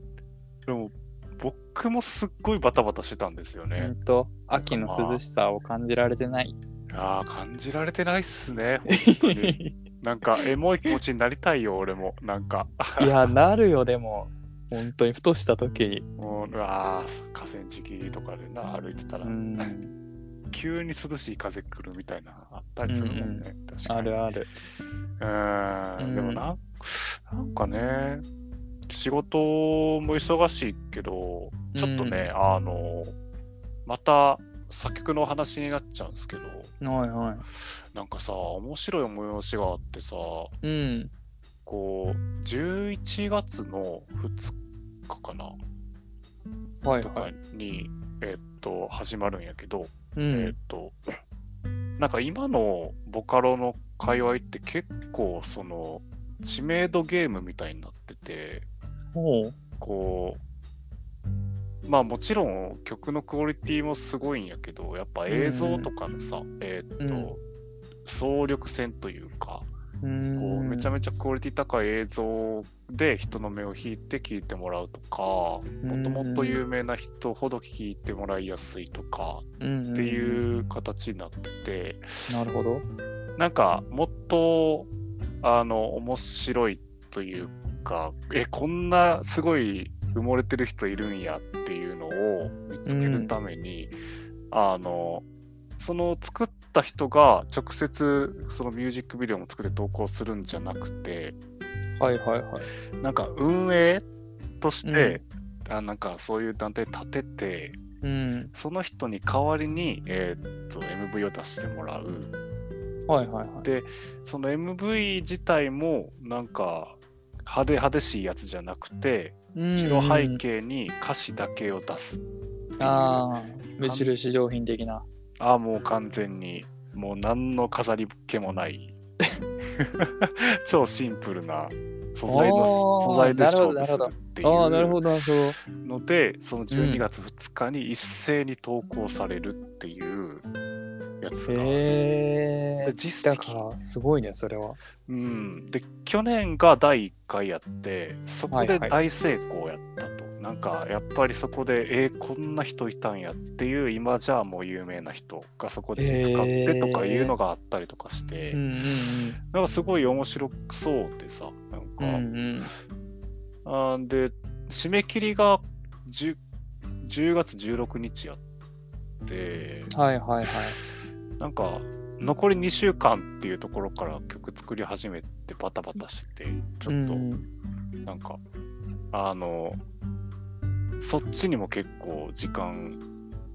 Speaker 1: でも、僕もすっごいバタバタしてたんですよ
Speaker 2: う
Speaker 1: ね。
Speaker 2: んと、秋の涼しさを感じられてない。
Speaker 1: ああ、感じられてないっすね。本当 になんか、エモい気持ちになりたいよ、俺も。なんか。
Speaker 2: いや、なるよ、でも、本当に、ふとした時に。
Speaker 1: もううわー河川敷とかでな歩いてたら、
Speaker 2: うん、
Speaker 1: 急に涼しい風来るみたいなあったりするもんね、確
Speaker 2: あ
Speaker 1: かに
Speaker 2: るある。
Speaker 1: う
Speaker 2: うん
Speaker 1: んでもなんなんかね仕事も忙しいけどちょっとね、あのまた作曲の話になっちゃうんですけど
Speaker 2: はいは
Speaker 1: なんかさ面白い催しがあってさ
Speaker 2: い。うん。
Speaker 1: こう11月の2日かな
Speaker 2: はい
Speaker 1: と
Speaker 2: は
Speaker 1: か
Speaker 2: い。
Speaker 1: に、えっと始まるんやけど、
Speaker 2: う
Speaker 1: えーっ
Speaker 2: ん。
Speaker 1: と、なんか今のボカロの界隈って結構その知名度ゲームみたいになってて、
Speaker 2: ほう。
Speaker 1: こう、まあもちろん曲のクオリティもすごいんやけど、やっぱ映像とかのさ、えーっと、総力戦というか、
Speaker 2: う。
Speaker 1: こうんめちゃめちゃクオリティ高い映像で人の目を引いて聴いてもらうとか、もともと有名な人ほど聴いてもらいやすいとか、
Speaker 2: うん
Speaker 1: って
Speaker 2: うん。
Speaker 1: いう形になってて、
Speaker 2: なるほど。
Speaker 1: なんかもっとあの面白いというかえこんなすごい埋もれてる人いるんやっていうのを見つけるために、あのその作った人が直接そのミュージックビデオも作って投稿するんじゃなくて
Speaker 2: はいはいはい。
Speaker 1: なんか運営として、あなんかそういう団体立てて
Speaker 2: うん。
Speaker 1: その人に代わりに、えーっと MV を出してもらう。
Speaker 2: はいはいはい。
Speaker 1: その MV 自体もなんか派手派手しいやつじゃなくて白背景に歌詞だけを出す
Speaker 2: うんああ、無印良品的な。
Speaker 1: ああもう完全にもう何の飾り気もない 超シンプルな素材の
Speaker 2: おー
Speaker 1: 素材で勝
Speaker 2: な
Speaker 1: 負
Speaker 2: る
Speaker 1: す
Speaker 2: ほ
Speaker 1: る
Speaker 2: ど
Speaker 1: ってい
Speaker 2: ああ、なる
Speaker 1: う
Speaker 2: ほど、なるほど。
Speaker 1: のでその12月2日に一斉に投稿されるっていうやつが、
Speaker 2: へえ
Speaker 1: で。実
Speaker 2: だ
Speaker 1: 績
Speaker 2: から、すごいね、それは。
Speaker 1: うん、で去年が第1回やってそこ
Speaker 2: はい
Speaker 1: で
Speaker 2: はい
Speaker 1: 大成功やったと、なんかやっぱりそこでえーこんな人いたんやっていう今じゃあもう有名な人がそこで見つかってとかいうのがあったりとかして、
Speaker 2: うん
Speaker 1: なんかすごい面白そうでさなん
Speaker 2: うんう
Speaker 1: か、
Speaker 2: ん。うんうん。
Speaker 1: あーで締め切りが 10, 10月16日やって
Speaker 2: はいはいはい。
Speaker 1: なんか残り2週間っていうところから曲作り始めてバタバタしてちょっと。
Speaker 2: うん
Speaker 1: なんか、あの、そっちにも結構時間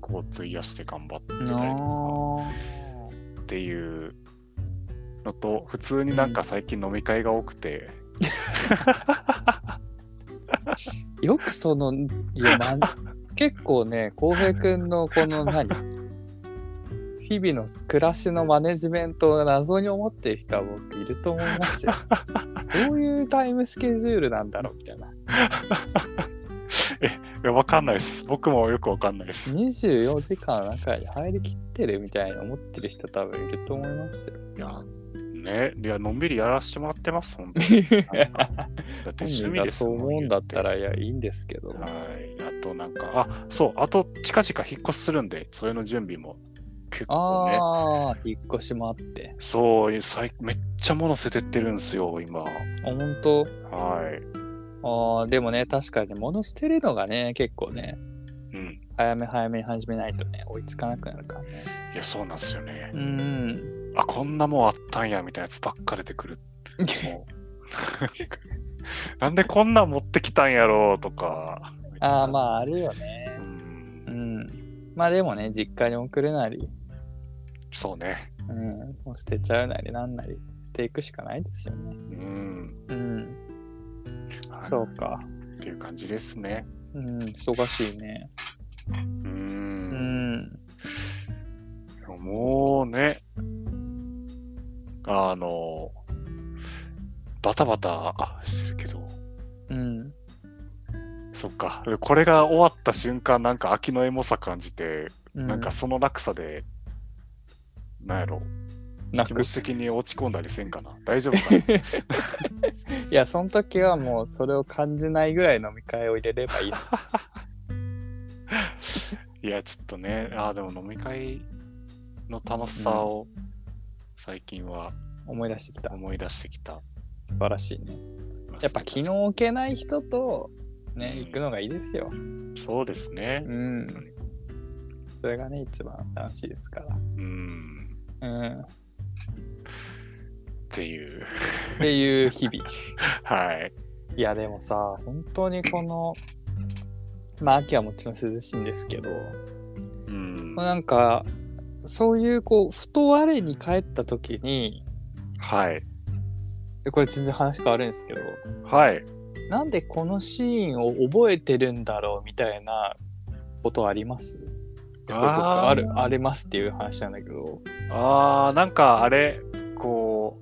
Speaker 1: こう費やして頑張ってたり
Speaker 2: うん、
Speaker 1: とか
Speaker 2: あ
Speaker 1: っていうのと、普通になんか最近飲み会が多くて、
Speaker 2: ーよくその、い や、なん結構ね、浩平くんのこの何日々の暮らしのマネジメントを謎に思ってる人は僕いると思いま すよ。どういうタイムスケジュールなんだろうみたいな。
Speaker 1: いや、わかんないです。僕もよくわかんないです。
Speaker 2: 24時間の中に入りきってるみたいに思ってる人多分いると思いま すよ。
Speaker 1: いや、ね、いや、のんびりやらせてもらってます、本当に。 だって趣
Speaker 2: 本
Speaker 1: 味
Speaker 2: 人
Speaker 1: で
Speaker 2: が
Speaker 1: す
Speaker 2: そ
Speaker 1: も
Speaker 2: う思うんだった。ら
Speaker 1: 言
Speaker 2: いやいいんですけど。
Speaker 1: てはい。あと、なんか、あそう、あと、近々引っ越しするんで、それの準備も結構ね。
Speaker 2: ああ、引っ越しもあって。
Speaker 1: そう、最めっちゃ物捨ててってるんですよ、今。
Speaker 2: あ本当
Speaker 1: はい。
Speaker 2: あーでもね、確かに物捨てるのがね、結構ね、
Speaker 1: うん。
Speaker 2: 早め早めに始めないとね、追いつかなくなるからね。
Speaker 1: いや、そうなんですよね
Speaker 2: う。ん。
Speaker 1: あ、こんなもんあったんや、みたいなやつばっか出てくる。もうなんでこんなん持ってきたんやろうとか。
Speaker 2: ああ、ま
Speaker 1: あ。
Speaker 2: あ、あるよね
Speaker 1: う。ん
Speaker 2: う、ん。まあでもね、実家に送るなり、
Speaker 1: そうね。
Speaker 2: うん、もう捨てちゃうなりなんなりしていくしかないですよね
Speaker 1: う。ん。
Speaker 2: うん。
Speaker 1: はい
Speaker 2: そうか。
Speaker 1: っていう感じですね。
Speaker 2: うん、忙しいね。
Speaker 1: う。
Speaker 2: うんん。
Speaker 1: もうね、あの、バタバタしてるけど、
Speaker 2: うん。
Speaker 1: そっか。これが終わった瞬間、なんか秋のエモさ感じて、
Speaker 2: う
Speaker 1: なんか、その落差で、なんやろ、
Speaker 2: 泣
Speaker 1: 気
Speaker 2: く
Speaker 1: 持。ち的に落ち込んだりせんかな。大丈夫 か
Speaker 2: いや、その時はもうそれを感じないぐらい飲み会を入れればいい。
Speaker 1: な いや、ちょっとね、あーでも飲み会の楽しさを最近は
Speaker 2: 思い出してきた。
Speaker 1: 思い出してきた。
Speaker 2: 素晴らしいね。やっぱ気の置けない人とね、行くのがいいですよ。
Speaker 1: そうですね。
Speaker 2: うん。それがね、一番楽しいですか
Speaker 1: うん。
Speaker 2: ら。うん。っ
Speaker 1: っていう。
Speaker 2: ていう日々。
Speaker 1: はい。
Speaker 2: いや、でもさ、本当にこの、まあ、秋はもちろん涼しいんですけど、
Speaker 1: うん。
Speaker 2: まあなんか、そういう、こう、ふと我に返った時に、
Speaker 1: はい。
Speaker 2: でこれ全然話変わるんですけど、
Speaker 1: はい。
Speaker 2: なんでこのシーンを覚えてるんだろうみたいなことあります僕
Speaker 1: あー
Speaker 2: あるありますっていう話なんだけど
Speaker 1: あー、なんかあれ、こ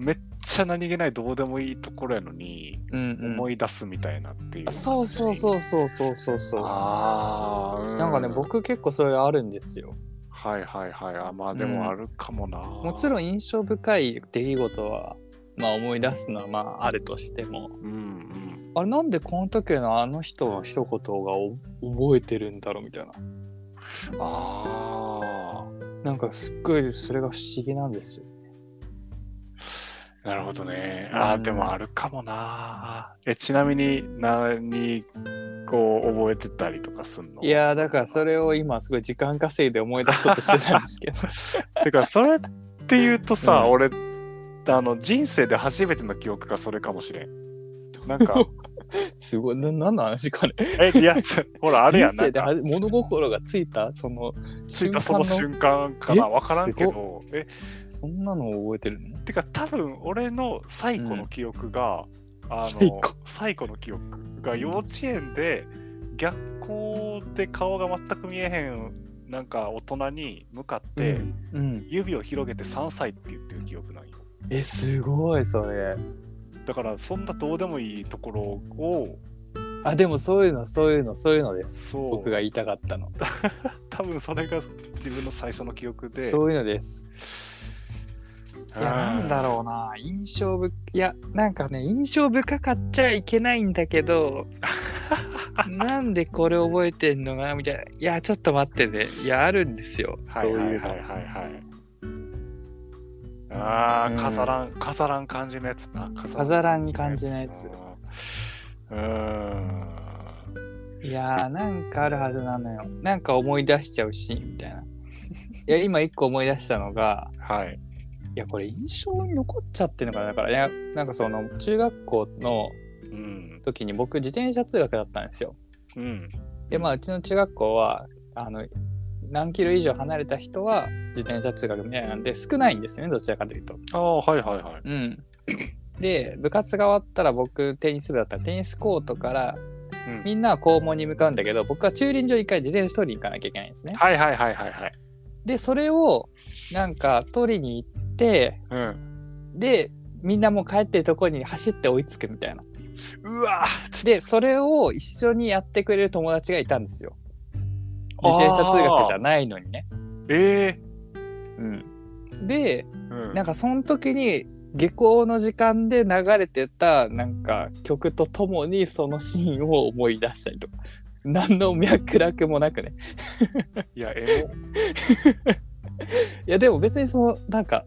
Speaker 1: う、めっちゃ何気ないどうでもいいところやのに、
Speaker 2: うんうん
Speaker 1: 思い出すみたいなっていう、
Speaker 2: あそうそう
Speaker 1: う。
Speaker 2: そうそうそうそうそう
Speaker 1: ああ、う
Speaker 2: なんかね。僕結構それあるんですよ
Speaker 1: はいはいはい。あまあで
Speaker 2: うん
Speaker 1: もあるかもな。
Speaker 2: もちろん印象深い出来事はまあ思い出すのはまああるとしても
Speaker 1: ん。うん
Speaker 2: あれなんでこの時のあの人の一言がお覚えてるんだろうみたいな
Speaker 1: うん。あ
Speaker 2: なんかすっごいそれが不思議なんですよ
Speaker 1: あ、なるほどね。ああ、でもあるかもな。え、ちなみに何、こう、覚えてたりとかすんの
Speaker 2: いやーだからそれを今すごい時間稼いで思い出そうとしてた んですけど
Speaker 1: てかそれって言うとさ、
Speaker 2: うん
Speaker 1: 俺あの人生で初めての記憶がそれかもしれん。なん か
Speaker 2: すごい、な何の話かね。
Speaker 1: えいやちょほらあれやん
Speaker 2: 人
Speaker 1: な
Speaker 2: 生
Speaker 1: ん
Speaker 2: で
Speaker 1: か
Speaker 2: 初物心がついた、その
Speaker 1: つい
Speaker 2: 瞬
Speaker 1: た
Speaker 2: 間
Speaker 1: その瞬間かな
Speaker 2: え
Speaker 1: わからんけどえ
Speaker 2: そんなのを覚えてるの
Speaker 1: てか多分俺の最古の記憶が、あ
Speaker 2: 最
Speaker 1: の
Speaker 2: 古
Speaker 1: 最古の記憶が幼稚園で逆光で顔が全く見えへんなんか大人に向かって、
Speaker 2: うん。
Speaker 1: 指を広げて3歳って言ってる記憶なんよ。
Speaker 2: え、すごい、それ。
Speaker 1: だからそんなどうでもいいところを
Speaker 2: あ、でもそういうの、そういうの、そういうのです。
Speaker 1: そう
Speaker 2: 僕が言いたかったの。
Speaker 1: 多分それが自分の最初の記憶で。
Speaker 2: そういうのです。い
Speaker 1: う
Speaker 2: や、
Speaker 1: ん
Speaker 2: なんだろうな。印象ぶ、いや、なんかね、印象深かっちゃいけないんだけど、 なんでこれ覚えてんのかなみたいな。いや、ちょっと待ってね。いや、あるんですよ。
Speaker 1: はいはいはい
Speaker 2: そう
Speaker 1: は
Speaker 2: いう
Speaker 1: い
Speaker 2: の。
Speaker 1: はい。ああ、
Speaker 2: うん
Speaker 1: 飾らん、飾らん感じのやつな。
Speaker 2: 飾らん感じのやつ
Speaker 1: うーん。
Speaker 2: いやーなんかあるはずなのよなんか思い出しちゃうシーンみたいないや今一個思い出したのが
Speaker 1: はい。
Speaker 2: いやこれ印象に残っちゃってるのかなだからいやなんかその中学校の
Speaker 1: うん。
Speaker 2: 時に僕自転車通学だったんですよ
Speaker 1: うん。
Speaker 2: でまあうちの中学校はあの何キロ以上離れた人は自転車通学みたいなんで少ないんですよねどちらかというと
Speaker 1: ああ、はいはいはい。
Speaker 2: うんで部活が終わったら僕テニス部だったらテニスコートから
Speaker 1: うん
Speaker 2: みんなは校門に向かうんだけど僕は駐輪場に一回自転車取りに行かなきゃいけないんですね
Speaker 1: はいはいはいはいはい。
Speaker 2: でそれをなんか取りに行って
Speaker 1: うん。
Speaker 2: でみんなもう帰ってるとこに走って追いつくみたいな
Speaker 1: うわーちょっ
Speaker 2: でそれを一緒にやってくれる友達がいたんですよ自転車通学じゃないのにね、
Speaker 1: とえ
Speaker 2: うん、で
Speaker 1: えー。
Speaker 2: なん
Speaker 1: か、
Speaker 2: かその時に下校の時間で流れてたなんか曲とともにそのシーンを思い出したりとか何の脈絡もなくね
Speaker 1: いや、エ
Speaker 2: いやでも別にそのなんか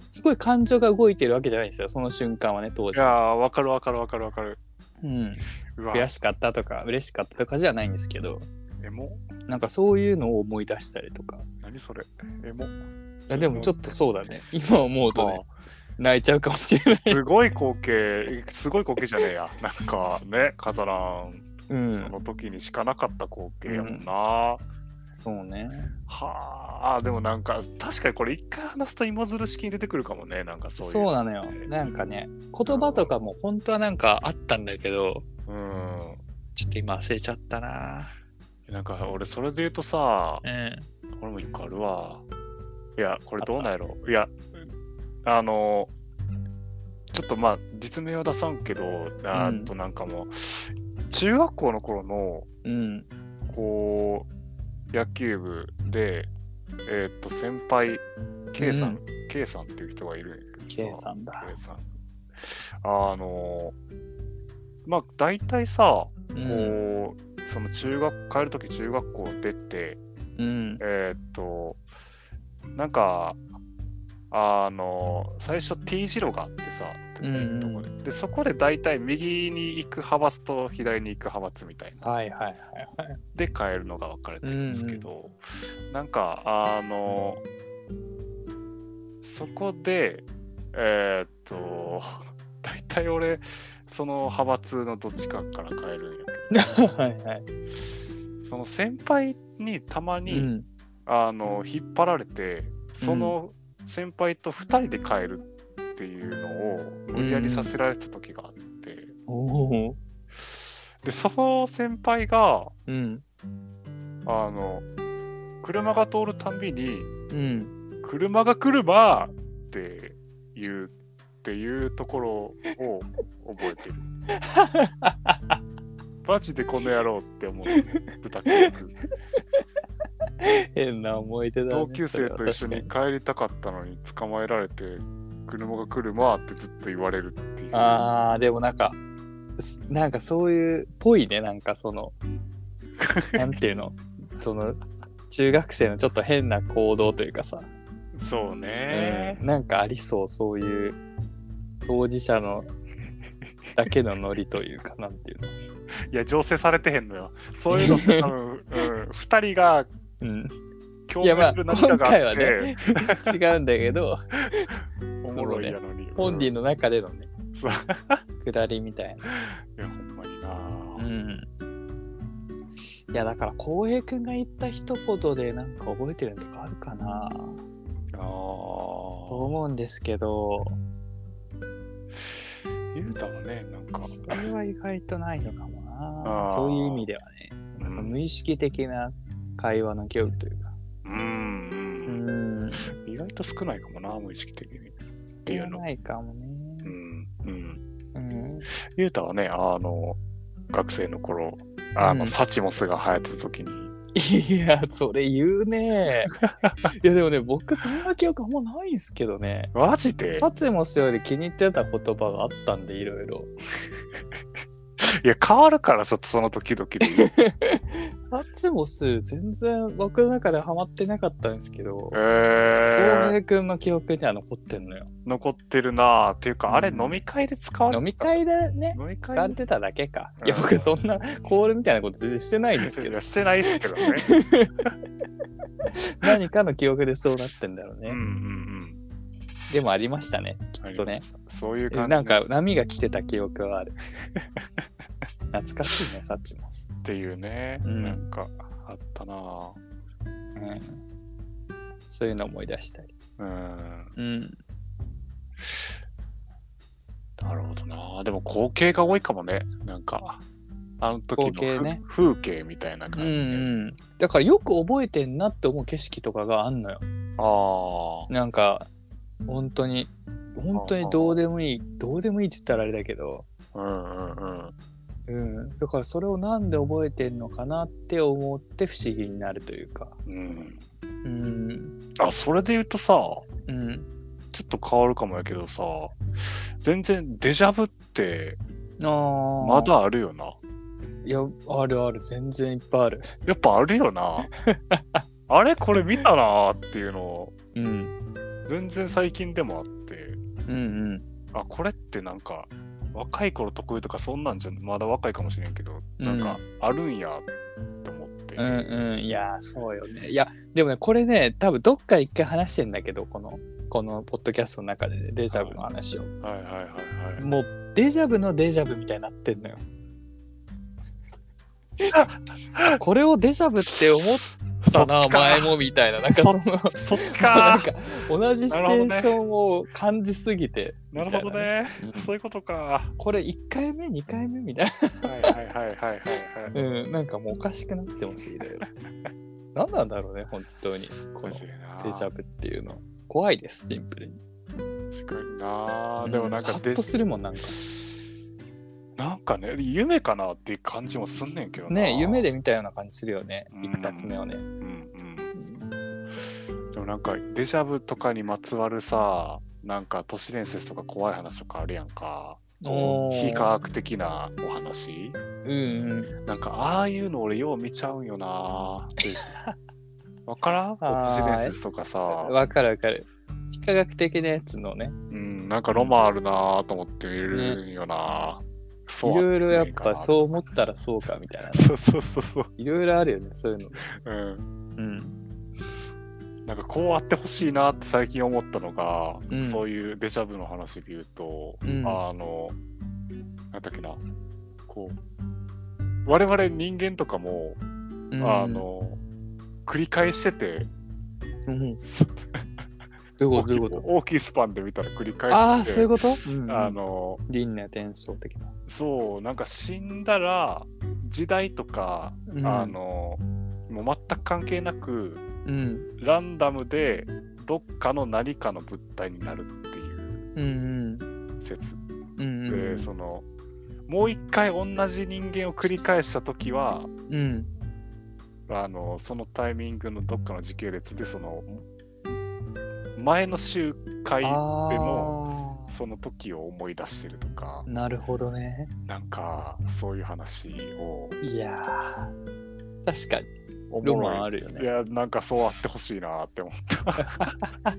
Speaker 2: すごい感情が動いてるわけじゃないんですよその瞬間はね当
Speaker 1: モ。い
Speaker 2: 時
Speaker 1: やー、わかるわかるわかるわかる。
Speaker 2: うん、
Speaker 1: うわ
Speaker 2: 悔しかったとか嬉しかったとかじゃないんですけど
Speaker 1: エモ
Speaker 2: なんかそういうのを思い出したりとか
Speaker 1: 何それエモ
Speaker 2: いやでもちょっとそうだね今思うとね泣いちゃうかもしれない、
Speaker 1: すごい光景すごい光景じゃねえやなんかね飾らん、
Speaker 2: うん、
Speaker 1: その時にしかなかった光景やもんな、
Speaker 2: そうね
Speaker 1: はあでもなんか確かにこれ一回話すと芋づる式に出てくるかもねなんかそういう
Speaker 2: そうなのよなんかね言葉とかも本当はなんかあったんだけど
Speaker 1: うん
Speaker 2: ちょっと今忘れちゃったな
Speaker 1: なんか俺それで言うとさ
Speaker 2: うん
Speaker 1: 俺も一個あるわいやこれどうなんやろいやあのちょっとまあ実名は出さんけどあ
Speaker 2: うん
Speaker 1: となんかもう、中学校の頃の
Speaker 2: うん
Speaker 1: こう野球部でえーっと先輩 K さん、K さんっていう人がいるんやけど
Speaker 2: K さんだ
Speaker 1: K さんあのまあ大体さ
Speaker 2: うん
Speaker 1: こう、その中学帰る時中学校出て
Speaker 2: うん
Speaker 1: えーっとなんかあの最初 T 字路があってさ、
Speaker 2: うんうん
Speaker 1: とこででそこで大体右に行く派閥と左に行く派閥みたいな
Speaker 2: はいはいはいはい
Speaker 1: で変えるのが分かれてるんですけど、なんかあのそこでえーっと 大体俺その派閥のどっちかから変えるんや
Speaker 2: はいはい
Speaker 1: けどその先輩にたま
Speaker 2: う
Speaker 1: に、
Speaker 2: ん
Speaker 1: あの引っ張られてその先輩と2人で帰るっていうのを無理やりさせられてた時があって、
Speaker 2: おお
Speaker 1: でその先輩が
Speaker 2: うん
Speaker 1: あの車が通るたんびに
Speaker 2: う
Speaker 1: 「
Speaker 2: ん
Speaker 1: 車が来るば!」って言うっていうところを覚えて る。マジでこの野郎って思う豚キック
Speaker 2: 変な思い出だ、ね、
Speaker 1: 同級生と一緒に
Speaker 2: それは確
Speaker 1: 帰りたかったのに捕まえられて車が来るまーってずっと言われるっていう
Speaker 2: かにああでもなんかすなんかそういうぽいねなんかそ のなんていうのその中学生のちょっと変な行動というかさ、
Speaker 1: そうね
Speaker 2: うん、なんかありそうそういう当事者のだけのノリというかなんていうの
Speaker 1: いや醸成されてへんのよそういうのって 多分、うん、2人が
Speaker 2: うん
Speaker 1: 共
Speaker 2: いや
Speaker 1: 鳴
Speaker 2: まあ
Speaker 1: する何か
Speaker 2: 今
Speaker 1: があ
Speaker 2: 回
Speaker 1: っ
Speaker 2: は
Speaker 1: て、
Speaker 2: ね違うんだけど
Speaker 1: おもろいやのに、
Speaker 2: 本人の中でのね
Speaker 1: うんそうい
Speaker 2: 下りみたいな
Speaker 1: やほんまにな、
Speaker 2: うんいやだから浩平君が言った一言でなんか覚えてるのとかあるかな
Speaker 1: あ
Speaker 2: と
Speaker 1: あ
Speaker 2: 思うんですけど
Speaker 1: 言うたらねなんか
Speaker 2: それは意外とないのかも
Speaker 1: あ
Speaker 2: な
Speaker 1: ー
Speaker 2: そういう意味ではね
Speaker 1: うん
Speaker 2: その無意識的な会話の教育というか
Speaker 1: うん
Speaker 2: う
Speaker 1: うん
Speaker 2: ん
Speaker 1: 意外と少ないかもな無意識的に
Speaker 2: それはないかも
Speaker 1: う
Speaker 2: ね
Speaker 1: んうん
Speaker 2: うん
Speaker 1: ゆうたはね、あの、学生の頃、あの、
Speaker 2: うん
Speaker 1: サチモスが流行った時に、
Speaker 2: いやそれ言う ねいやでもね僕そんな記憶あんまないんですけどね
Speaker 1: マジで
Speaker 2: サチモスより気に入ってた言葉があったんでいろいろ
Speaker 1: いや、変わるからさ、その時々 で。
Speaker 2: サチモス全然僕の中でハマってなかったんですけど
Speaker 1: え
Speaker 2: 浩
Speaker 1: ー、
Speaker 2: 平君の記憶には残ってんのよ
Speaker 1: 残ってるなあっていうか、あれ、
Speaker 2: うん
Speaker 1: 飲み会で使われて
Speaker 2: 飲み会でね
Speaker 1: 飲み
Speaker 2: 使っ
Speaker 1: 会で
Speaker 2: てただけか
Speaker 1: うん
Speaker 2: いや僕そんなコールみたいなこと全然してないんですけ
Speaker 1: い
Speaker 2: ど
Speaker 1: やしてないですけ どね。
Speaker 2: 何かの記憶でそうなってんだろう
Speaker 1: う
Speaker 2: ね、
Speaker 1: んうん
Speaker 2: でもありましたねき
Speaker 1: うん。
Speaker 2: っとね
Speaker 1: そういう感じ
Speaker 2: な
Speaker 1: っ
Speaker 2: んか波が来てた記憶はある 懐かしいねサッチモス、
Speaker 1: ていうね、
Speaker 2: うん
Speaker 1: なんかあったなあ
Speaker 2: うん、そういうの思い出したり
Speaker 1: うん。
Speaker 2: うん
Speaker 1: なるほどなあでも光景が多いかもね。なんか、あの時の
Speaker 2: 光景ね
Speaker 1: ふ風景みたいな
Speaker 2: うん
Speaker 1: 感
Speaker 2: う
Speaker 1: じです。
Speaker 2: んだからよく覚えてんなって思う景色とかがあんのよ
Speaker 1: ああ。
Speaker 2: なんか本当に本当にどうでもいいどうでもいいって言ったらあれだけど
Speaker 1: うんうんうん。
Speaker 2: うん、だからそれをなんで覚えてんのかなって思って不思議になるというか
Speaker 1: うん、
Speaker 2: うん
Speaker 1: あそれで言うとさ
Speaker 2: うん
Speaker 1: ちょっと変わるかもやけどさ全然デジャブって
Speaker 2: あー
Speaker 1: まだあるよない
Speaker 2: やあるある全然いっぱいある
Speaker 1: やっぱあるよ なあれこれ見たなーっていうの
Speaker 2: うん
Speaker 1: 全然最近でもあって
Speaker 2: うん
Speaker 1: あこれってなんか若い頃得意とかそんなんじゃまだ若いかもしれんけど、なんかあるんやと思って、
Speaker 2: うんうんいやそうよねいやでもねこれね多分どっか一回話してんだけどこのこのポッドキャストの中で、ね、デジャブの話を、
Speaker 1: はいはいはいはい
Speaker 2: もうデジャブのデジャブみたいになって んのよこれをデジャブって思っ
Speaker 1: そ
Speaker 2: た
Speaker 1: っ
Speaker 2: な
Speaker 1: ちか
Speaker 2: 前もみたいななんかその
Speaker 1: そっち
Speaker 2: なん
Speaker 1: か
Speaker 2: か同じシチュエーションを感じすぎて
Speaker 1: なるほどね
Speaker 2: うん
Speaker 1: そういうことか
Speaker 2: これ1回目2回目みたい
Speaker 1: はいはいはいはいはいはい
Speaker 2: な、うん、なんかもうおかしくなってますいろいろ何なんだろうね本当にこの
Speaker 1: 面
Speaker 2: デジ
Speaker 1: 白いな
Speaker 2: ャブっていうの怖いですシンプルに
Speaker 1: 確かになでもなんか
Speaker 2: ハッとするもんなんか
Speaker 1: なんかね夢かなっていう感じもすんねんけどな
Speaker 2: ね夢で見たような感じするよね
Speaker 1: うん
Speaker 2: 一発目はね、
Speaker 1: うんうんでもなんかデジャブとかにまつわるさなんか都市伝説とか怖い話とかあるやんか
Speaker 2: おー
Speaker 1: 非科学的なお話
Speaker 2: うんうん
Speaker 1: なんかああいうの俺よう見ちゃうんよなってわからんこ
Speaker 2: あー
Speaker 1: う都市伝説とかさ、
Speaker 2: わかるわかる非科学的なやつのね
Speaker 1: うん、なんかロマンあるなと思って見るんよな、そ
Speaker 2: いうろいろやっぱ
Speaker 1: う
Speaker 2: そう思ったらそうかみたいな
Speaker 1: あってもいいかな そうそうそうそう、
Speaker 2: いろいろあるよねそういうの
Speaker 1: うん、
Speaker 2: うん
Speaker 1: なんかこうあってほしいなって最近思ったのが、
Speaker 2: うん
Speaker 1: そういうデジャブの話で言うと、
Speaker 2: うん
Speaker 1: あのなんだっけなこう我々人間とかも、
Speaker 2: うん
Speaker 1: あの繰り返してて
Speaker 2: うん
Speaker 1: そ
Speaker 2: どういう
Speaker 1: 大
Speaker 2: こと
Speaker 1: きい
Speaker 2: どういうこと
Speaker 1: 大きいスパンで見たら繰り返してて
Speaker 2: ああそういうこと、うん
Speaker 1: あの
Speaker 2: 輪廻転生的な、
Speaker 1: そうなんか死んだら時代とか、
Speaker 2: うん
Speaker 1: あのもう全く関係なく
Speaker 2: うん、
Speaker 1: ランダムでどっかの何かの物体になるっていう
Speaker 2: うんうん
Speaker 1: 説
Speaker 2: うん
Speaker 1: で、
Speaker 2: うん
Speaker 1: そのもう一回同じ人間を繰り返した時は
Speaker 2: うん
Speaker 1: あのそのタイミングのどっかの時系列でその前の周回でも
Speaker 2: あ
Speaker 1: その時を思い出してるとか
Speaker 2: ーなるほどね
Speaker 1: なんかそういう話を
Speaker 2: いやー確かに
Speaker 1: おもろい
Speaker 2: ロマンあるよね
Speaker 1: いやなんかそうあってほしいなって思った。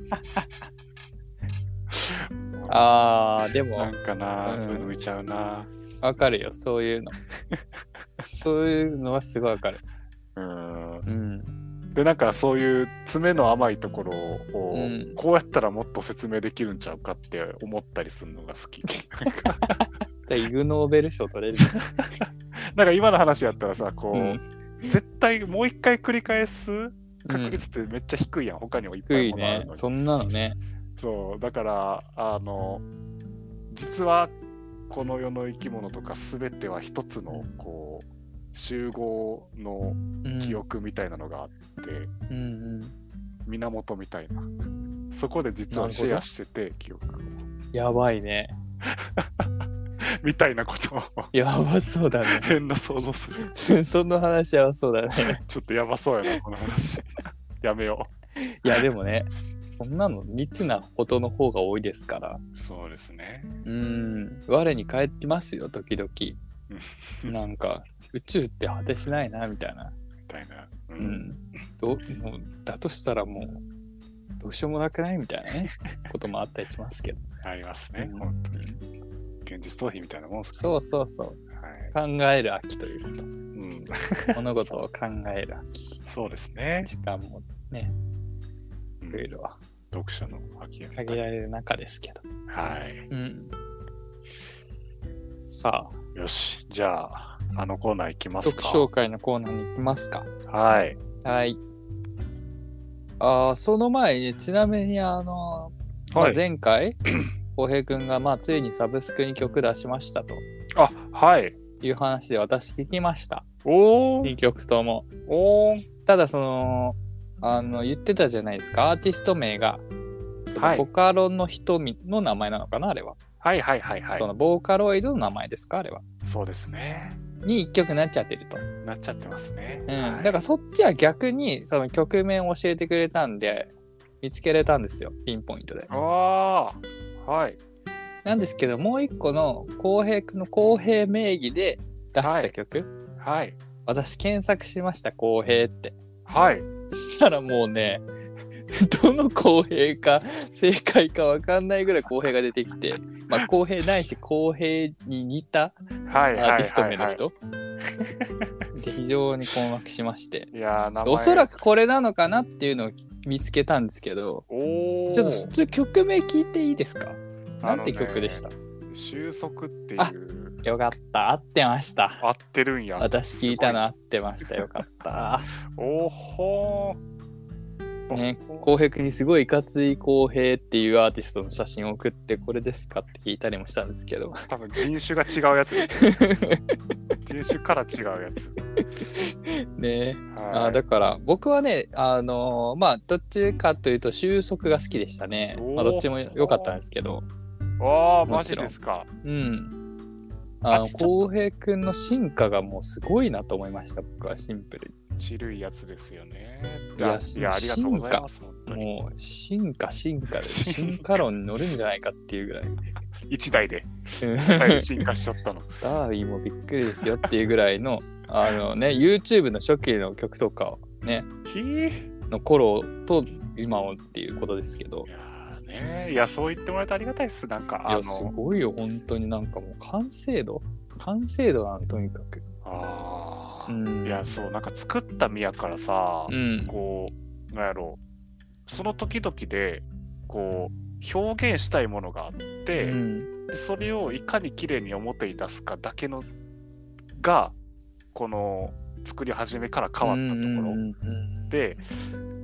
Speaker 2: あーで
Speaker 1: な
Speaker 2: も
Speaker 1: んかな、
Speaker 2: うん
Speaker 1: そういうの見ちゃうな。
Speaker 2: わかるよそうい うのそういうのはすごいわかる
Speaker 1: うん
Speaker 2: うん
Speaker 1: でなんかそういう爪の甘いところを、
Speaker 2: うん
Speaker 1: こうやったらもっと説明できるんちゃうかって思ったりするのが好き。なんか
Speaker 2: でイグ・ノーベル賞取れる
Speaker 1: なんか今の話やったらさこう、
Speaker 2: うん
Speaker 1: 絶対もう一回繰り返す確率ってめっちゃ低いやん、他にもいっぱ
Speaker 2: 低
Speaker 1: い
Speaker 2: い
Speaker 1: ものあ
Speaker 2: ね
Speaker 1: るのに。
Speaker 2: そんなのね
Speaker 1: そうだからあの実はこの世の生き物とか全ては一つのこう集合の
Speaker 2: うん
Speaker 1: 記憶みたいなのがあって、
Speaker 2: うんうん
Speaker 1: 源みたいなそこで実は
Speaker 2: なるほ
Speaker 1: シ
Speaker 2: ど
Speaker 1: ェアしてて記憶を
Speaker 2: やばいね
Speaker 1: みたいなことを
Speaker 2: やばそうだ
Speaker 1: 変な想像す る
Speaker 2: ねその話やばそうだね
Speaker 1: ちょっとやばそうやなこの話 やめよ
Speaker 2: いやでもねそんなのニッチなことの方が多いですから
Speaker 1: うそうですね
Speaker 2: うん我に返ってますよ時々
Speaker 1: うん
Speaker 2: なんか宇宙って果てしないなみたいな
Speaker 1: みたいな、う
Speaker 2: う、んどうもうだとしたらもうどうしようもなくないみたいなねこともあったりします けど
Speaker 1: ありますね、
Speaker 2: うん
Speaker 1: 本当に現実逃避みたいなもんですか
Speaker 2: そうそうそう
Speaker 1: らはい、
Speaker 2: 考える秋というこ
Speaker 1: うん、
Speaker 2: と物事を考える
Speaker 1: そうですね
Speaker 2: 秋時間もね
Speaker 1: うん
Speaker 2: いろいろ
Speaker 1: 読者の秋山
Speaker 2: 限られる中ですけど
Speaker 1: はい。
Speaker 2: うんさあ
Speaker 1: よし。じゃあ、あのコーナーいきます
Speaker 2: 読
Speaker 1: か。
Speaker 2: 書会のコーナーに行きますか
Speaker 1: はい。
Speaker 2: はいあーその前にちなみにあのまあ
Speaker 1: はい
Speaker 2: 前回 浩平君がまあついにサブスクに曲出しましたと
Speaker 1: あ、はい。
Speaker 2: いう話で私聞きました
Speaker 1: おー
Speaker 2: 2曲とも
Speaker 1: おー
Speaker 2: ただそのあの言ってたじゃないですかアーティスト名が、
Speaker 1: はい
Speaker 2: ボカロの瞳の名前なのかなあれは、
Speaker 1: はいはいはいはい。
Speaker 2: そ
Speaker 1: そ
Speaker 2: のボーカロイドの名前ですかあれは
Speaker 1: うですね。
Speaker 2: に1曲なっちゃってると、
Speaker 1: なっちゃってますね。
Speaker 2: うん
Speaker 1: はい
Speaker 2: だからそっちは逆にその曲名を教えてくれたんで見つけれたんですよピンポイントで
Speaker 1: あーはい。
Speaker 2: なんですけどもう1個の浩平君の公平名義で出した曲、
Speaker 1: はい。
Speaker 2: 私検索しました公平って
Speaker 1: はい。
Speaker 2: したらもうね どの公平か正解か分かんないぐらい公平が出てきてまあ、公平ないし公平に似た
Speaker 1: は
Speaker 2: ア
Speaker 1: いはいはい、はい、
Speaker 2: ーティスト名の 人で非常に困惑しまして
Speaker 1: いやー名前
Speaker 2: おそら
Speaker 1: く
Speaker 2: くこれなのかなっていうのを見つけたんですけど
Speaker 1: おお
Speaker 2: ちょっとちょっと曲名聞いていいですかなんて曲でした、
Speaker 1: 収束ってい
Speaker 2: あ
Speaker 1: う
Speaker 2: よかった合ってました
Speaker 1: 合ってるんや
Speaker 2: 私聞いたの合ってましたよかった
Speaker 1: おほー
Speaker 2: ね
Speaker 1: おほ
Speaker 2: 浩平君にすごいいかつい浩平っていうアーティストの写真を送ってこれですかって聞いたりもしたんですけど
Speaker 1: ー多分人種が違うやつです人種から違うやつ、
Speaker 2: ね
Speaker 1: はい、
Speaker 2: あだから僕はねあのーまあどっちかというと収束が好きでしたね、まあ、
Speaker 1: おー
Speaker 2: どっちも良かったんですけど
Speaker 1: わあ
Speaker 2: も
Speaker 1: マ
Speaker 2: ち
Speaker 1: ジ
Speaker 2: ろん
Speaker 1: ですか
Speaker 2: うんあの
Speaker 1: あちょ
Speaker 2: 浩平君の進化がもうすごいなと思いました僕はシンプル
Speaker 1: ちるいやつですよね
Speaker 2: いや
Speaker 1: あいやありがとうございます本当
Speaker 2: に
Speaker 1: に
Speaker 2: もう進化 進化で
Speaker 1: 進化
Speaker 2: 進化論に乗るんじゃないかっていうぐらい
Speaker 1: 一台で
Speaker 2: うん
Speaker 1: 一台で進化しちゃ ったの
Speaker 2: ダーウィンもびっくりですよっていうぐらいのあのね YouTube の初期の曲とかね
Speaker 1: ひー
Speaker 2: の頃と今をっていうことですけど
Speaker 1: いやーねいやそう言ってもらえてありがたいですなんか
Speaker 2: い
Speaker 1: あ
Speaker 2: やす
Speaker 1: の
Speaker 2: ごいよ本当になんかもう完成度完成度なのとにかく
Speaker 1: あ
Speaker 2: う
Speaker 1: ー
Speaker 2: ん
Speaker 1: いやそうなんか作った宮からさ、
Speaker 2: うん
Speaker 1: こうなんやろうその時々でこう表現したいものがあって、
Speaker 2: うん
Speaker 1: でそれをいかに綺麗に表に出すかだけのがこの作り始めから変わったとこ
Speaker 2: う
Speaker 1: ろ
Speaker 2: んうんうんうん
Speaker 1: で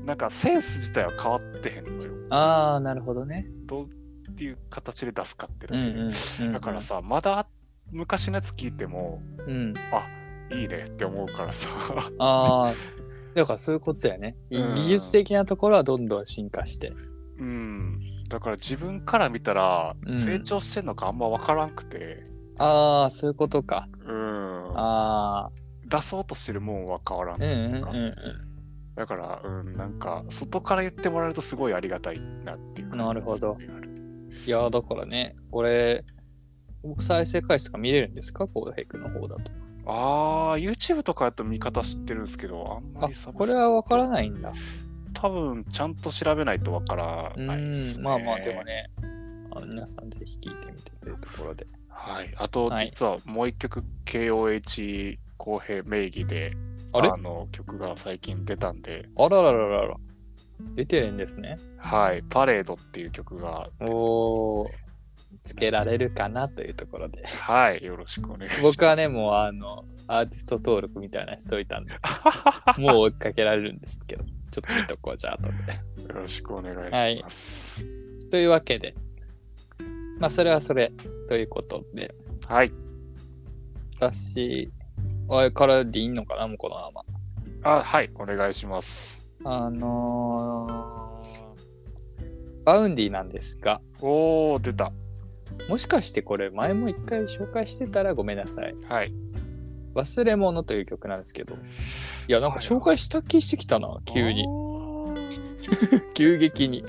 Speaker 1: なんかセンス自体は変わってへんのよ
Speaker 2: ああなるほどね
Speaker 1: どうっていう形で出すかってだ
Speaker 2: う
Speaker 1: け
Speaker 2: ん
Speaker 1: で、
Speaker 2: うんうん
Speaker 1: だからさまだ昔のやつ聞いても
Speaker 2: うん
Speaker 1: いいねって思うからさ
Speaker 2: ああすだからそういうことだよね、
Speaker 1: うん
Speaker 2: 技術的なところはどんどん進化して
Speaker 1: うんだから自分から見たら
Speaker 2: うん
Speaker 1: 成長してんのかあんま分からんくて、
Speaker 2: ああそういうことか
Speaker 1: うん
Speaker 2: あ
Speaker 1: 出そうとしてるもんは変わらん
Speaker 2: あうん
Speaker 1: と
Speaker 2: う
Speaker 1: い
Speaker 2: ん
Speaker 1: う
Speaker 2: うん
Speaker 1: か
Speaker 2: うん
Speaker 1: だから、うん、なんか、外から言ってもらえるとすごいありがたいなっていう感じ
Speaker 2: なるほど
Speaker 1: ですね
Speaker 2: いやーだからね、これ、再生回数とか見れるんですかこうヘクの方だと。
Speaker 1: ああ、YouTube とかやと見方知ってるんですけど、あんま
Speaker 2: あ
Speaker 1: りサ、ブスク
Speaker 2: これはわからないんだ。
Speaker 1: 多分、ちゃんと調べないとわから
Speaker 2: う
Speaker 1: ないです、ね。
Speaker 2: ーん、まあまあ、でも。ね、あ皆さんぜひ聞いてみてというところで。
Speaker 1: はい。あと、
Speaker 2: はい
Speaker 1: 実はもう一曲、KOH 公平名義で、
Speaker 2: あれあ
Speaker 1: の曲が最近出たんで、
Speaker 2: ららららら。出てるんですね。
Speaker 1: はい。パレードっていう曲が、
Speaker 2: おー、つけられるかなというところで。
Speaker 1: はい。よろしくお願いします。
Speaker 2: 僕はね、もうあの、アーティスト登録みたいなのしといたんで、もう追いかけられるんですけど、ちょっと見とこう、じゃあ、後で。
Speaker 1: よろしくお願いします。
Speaker 2: というわけで、まあ、それはそれということで。
Speaker 1: はい。
Speaker 2: だし、あれからでいいのかな、もうこのま
Speaker 1: あ、はい。お願いします。
Speaker 2: ま。あのー、バウンディなんですが、
Speaker 1: おー、出た。
Speaker 2: もしかしてこれ前も一回紹介してたらごめんなさい。
Speaker 1: はい。
Speaker 2: 忘れ物という曲なんですけど。いや、なんか紹介した気してきたな、急に
Speaker 1: あ。ー。
Speaker 2: 急激に。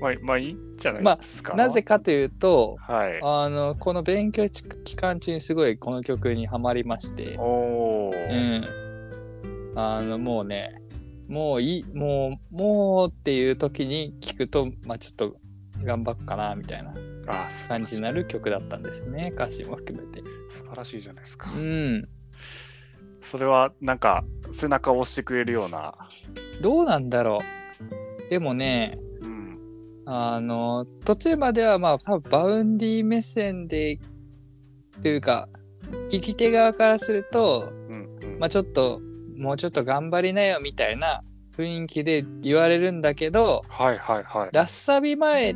Speaker 1: まあ、まあいいんじゃないですか。
Speaker 2: なぜかというと、
Speaker 1: はい。
Speaker 2: あの、この勉強期間中にすごいこの曲にはまりまして。
Speaker 1: おお、
Speaker 2: うん。あの、もうね、もういい、もう、もうっていう時に聞くと、まあちょっと頑張っかな、みたいな
Speaker 1: あー、素晴
Speaker 2: 感
Speaker 1: らし
Speaker 2: じ
Speaker 1: い
Speaker 2: になる曲だったんですね。歌詞も含めて。
Speaker 1: 素晴らしいじゃないですか。
Speaker 2: うん。
Speaker 1: それは、なんか、背中を押してくれるような。
Speaker 2: どうなんだろう。でもね、
Speaker 1: うん。
Speaker 2: あの、途中まではまあ多分バウンディ目線で、というか、聞き手側からすると、
Speaker 1: うん。うん
Speaker 2: まあちょっと、もうちょっと頑張りなよみたいな雰囲気で言われるんだけど、
Speaker 1: はいはいはい。
Speaker 2: ラッサビ前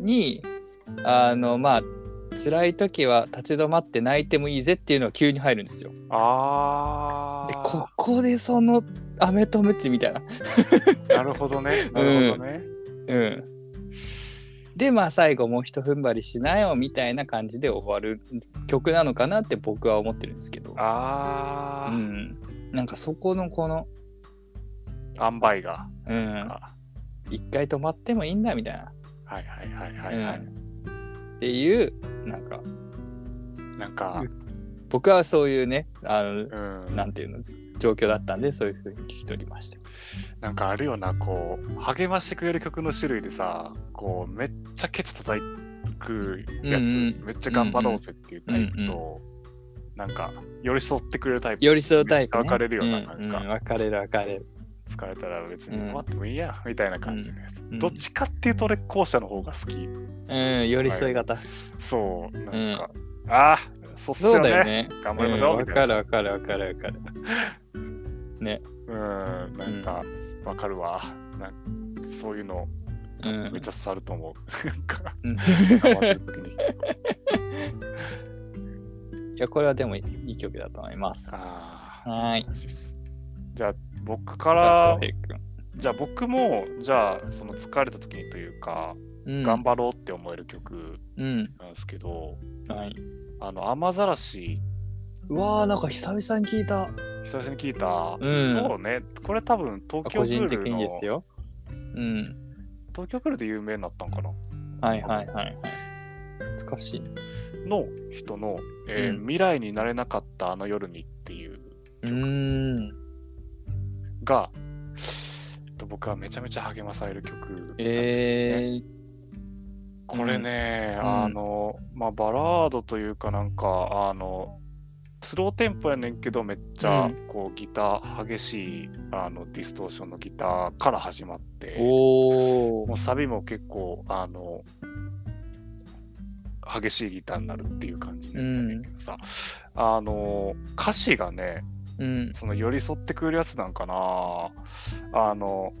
Speaker 2: にあのまあ辛い時は立ち止まって泣いてもいいぜっていうのが急に入るんですよ。
Speaker 1: あ
Speaker 2: で
Speaker 1: あ。
Speaker 2: ここでその飴とムチみたいな。
Speaker 1: なるほどね。なるほどね。
Speaker 2: うん。でまあ最後もうひと踏ん張りしなよみたいな感じで終わる曲なのかなって僕は思ってるんですけど。
Speaker 1: あ
Speaker 2: う
Speaker 1: あ、
Speaker 2: ん。なんかそこのこの、
Speaker 1: 塩梅が。
Speaker 2: うん、
Speaker 1: あ
Speaker 2: 一回止まってもいいんだみたいな。
Speaker 1: はいはいはいはいはい。
Speaker 2: うんっていうなんか
Speaker 1: なんか、
Speaker 2: 僕はそういうねあの
Speaker 1: うん。
Speaker 2: なんていうの状況だったんでそういうふうに聞き取りました。
Speaker 1: なんかあるよな、こう、励ましてくれる曲の種類でさ、こう、めっちゃケツ叩いくやつ、
Speaker 2: うんうん
Speaker 1: めっちゃ頑張ろうぜっていうタイプと、なんか寄り添ってくれるタイプ
Speaker 2: 寄り添うタイプ、ね。
Speaker 1: 分かれるような、
Speaker 2: うんうん
Speaker 1: なんか、
Speaker 2: 分かれる分かれる。
Speaker 1: 疲れたら別に
Speaker 2: うん
Speaker 1: 泊まってもいいや、みたいな感じのやつ、
Speaker 2: ん
Speaker 1: どっちかっていうと俺後者の方が好き
Speaker 2: うん、寄り添い型。
Speaker 1: そうなんか、ああそうっす
Speaker 2: そ
Speaker 1: よ
Speaker 2: うだよ
Speaker 1: ね
Speaker 2: ね。
Speaker 1: 頑張りましょう
Speaker 2: うん分かる分かる分かる分かる。
Speaker 1: うんなんかわかるわなんそういうの
Speaker 2: うん
Speaker 1: めっちゃ刺さると思う、 なんか
Speaker 2: うん
Speaker 1: 頑張ってる時に
Speaker 2: いや、これはでもいい曲だと思います。
Speaker 1: ああ
Speaker 2: はい
Speaker 1: じゃあ僕か
Speaker 2: じゃあ
Speaker 1: ら
Speaker 2: 浩平君
Speaker 1: じゃあ僕もじゃあその疲れた時にというか、
Speaker 2: うん
Speaker 1: 頑張ろうって思える曲
Speaker 2: う
Speaker 1: な
Speaker 2: ん。
Speaker 1: んですけど
Speaker 2: はい。
Speaker 1: あの雨ざらし
Speaker 2: うわー、なんか久々に聞いた。
Speaker 1: 久々に聞いた、
Speaker 2: うん
Speaker 1: そうねこれ多分東京プ
Speaker 2: 個
Speaker 1: ー
Speaker 2: 人的
Speaker 1: ルの
Speaker 2: にです
Speaker 1: 東
Speaker 2: よ。うん。
Speaker 1: 京プールで有名になったんかな
Speaker 2: はいはいはいはい。懐かしい。
Speaker 1: の人の、えー
Speaker 2: うん
Speaker 1: 未来になれなかったあの夜に」っていう
Speaker 2: うーん。
Speaker 1: が、えっと僕はめちゃめちゃ励まされる曲なんですよね。
Speaker 2: えー、
Speaker 1: これね、
Speaker 2: うん
Speaker 1: あの、まあ、バラードというかなんかあのスローテンポやねんけどめっちゃ、
Speaker 2: うん
Speaker 1: こうギター激しいあのディストーションのギターから始まっても
Speaker 2: おー
Speaker 1: うサビも結構あの激しいギターになるっていう感じのやつだねんけどさ、あの歌詞がね
Speaker 2: うん。
Speaker 1: その寄り添ってくれるやつなんかなあの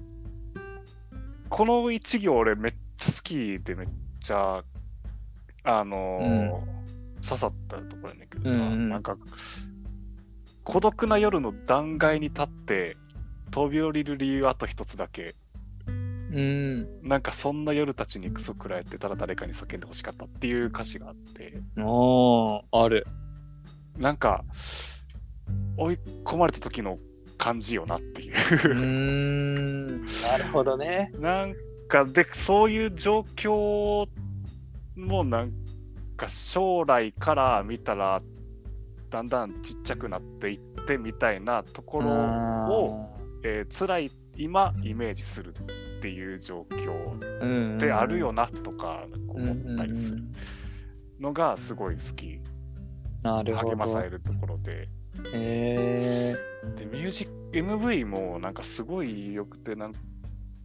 Speaker 1: この一行俺めっちゃ好きでめっちゃあの、刺さったところやねんけどさ、
Speaker 2: うんうん
Speaker 1: なんか孤独な夜の断崖に立って飛び降りる理由あと一つだけ
Speaker 2: うん。
Speaker 1: なんかそんな夜たちにクソ食らえてたら誰かに叫んでほしかったっていう歌詞があって
Speaker 2: おー、ある。
Speaker 1: なんか追い込まれた時の感じよなっていう
Speaker 2: うーん。なるほどね。
Speaker 1: なんかでそういう状況もなんか将来から見たらだんだんちっちゃくなっていってみたいなところを、えー辛い今イメージするっていう状況
Speaker 2: うん、
Speaker 1: であるよなとか思ったりする
Speaker 2: うんうん
Speaker 1: のがすごい好き
Speaker 2: うんなるほ
Speaker 1: 励まさ
Speaker 2: ど
Speaker 1: れ。るところで
Speaker 2: え
Speaker 1: でミュージック MV もなんかすごいよくてなんか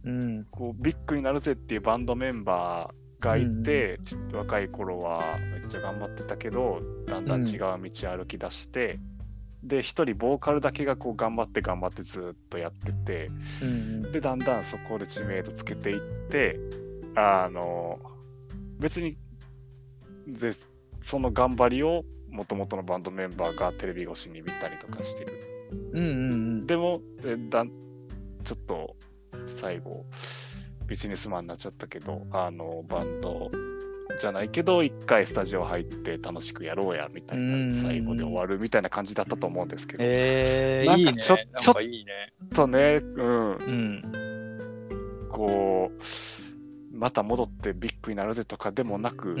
Speaker 2: ー、うん。
Speaker 1: こうビッグになるぜっていうバンドメンバーがいて、ちょっと若い頃はめっちゃ頑張ってたけどだんだん違う道歩き出して、で一人ボーカルだけがこう頑張って頑張ってずっとやってて
Speaker 2: うん
Speaker 1: でだんだんそこで知名度つけていってあの別にでその頑張りをもともとのバンドメンバーがテレビ越しに見たりとかしてる
Speaker 2: うん。うんうん
Speaker 1: でもえだんちょっと最後ビジネスマンになっちゃったけどあのバンドじゃないけど一回スタジオ入って楽しくやろうやみたい
Speaker 2: うんうんうん
Speaker 1: な最後で終わるみたいな感じだったと思うんですけどち
Speaker 2: え
Speaker 1: な
Speaker 2: ー、
Speaker 1: ん
Speaker 2: いい
Speaker 1: か
Speaker 2: ね。
Speaker 1: ちょ
Speaker 2: なんかいいね。
Speaker 1: ょっとね、うん、
Speaker 2: うん。
Speaker 1: こうまた戻ってビッグになるぜとかでもなく、
Speaker 2: んうん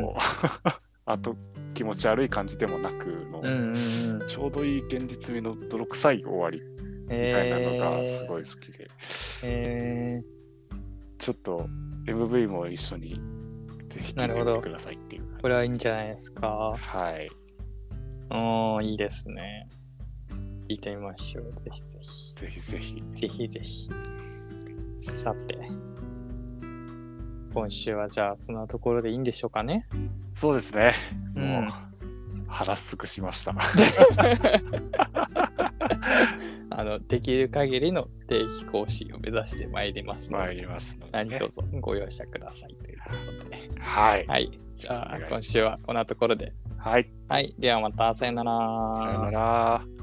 Speaker 2: うん
Speaker 1: こう あと気持ち悪い感じでもなくの、
Speaker 2: うんうんうん。
Speaker 1: ちょうどいい現実味の泥臭い終わりみたいなのがすごい好きで。
Speaker 2: え
Speaker 1: ちょっと MV も一緒にぜひ聴いてみてくださいっていう
Speaker 2: ー、これはいいんじゃないですか。
Speaker 1: はい。
Speaker 2: おー、いいですね。聞いてみましょう。ぜひぜひ。
Speaker 1: ぜひぜひ。
Speaker 2: ぜひぜひ。さて、今週はじゃあそんなところでいいんでしょうかね。
Speaker 1: そうですね。
Speaker 2: うん
Speaker 1: もう、腹すくしま した。
Speaker 2: あの、できる限りの定期更新を目指してまいりますの
Speaker 1: 参
Speaker 2: で、
Speaker 1: りますので、
Speaker 2: 何
Speaker 1: ね。
Speaker 2: 卒ご容赦くださいということで。
Speaker 1: はい。
Speaker 2: はい。じゃ
Speaker 1: お願
Speaker 2: あ
Speaker 1: いします
Speaker 2: 今週はこんなところで。
Speaker 1: はい。
Speaker 2: はい。ではまた、さよなら。
Speaker 1: さよなら。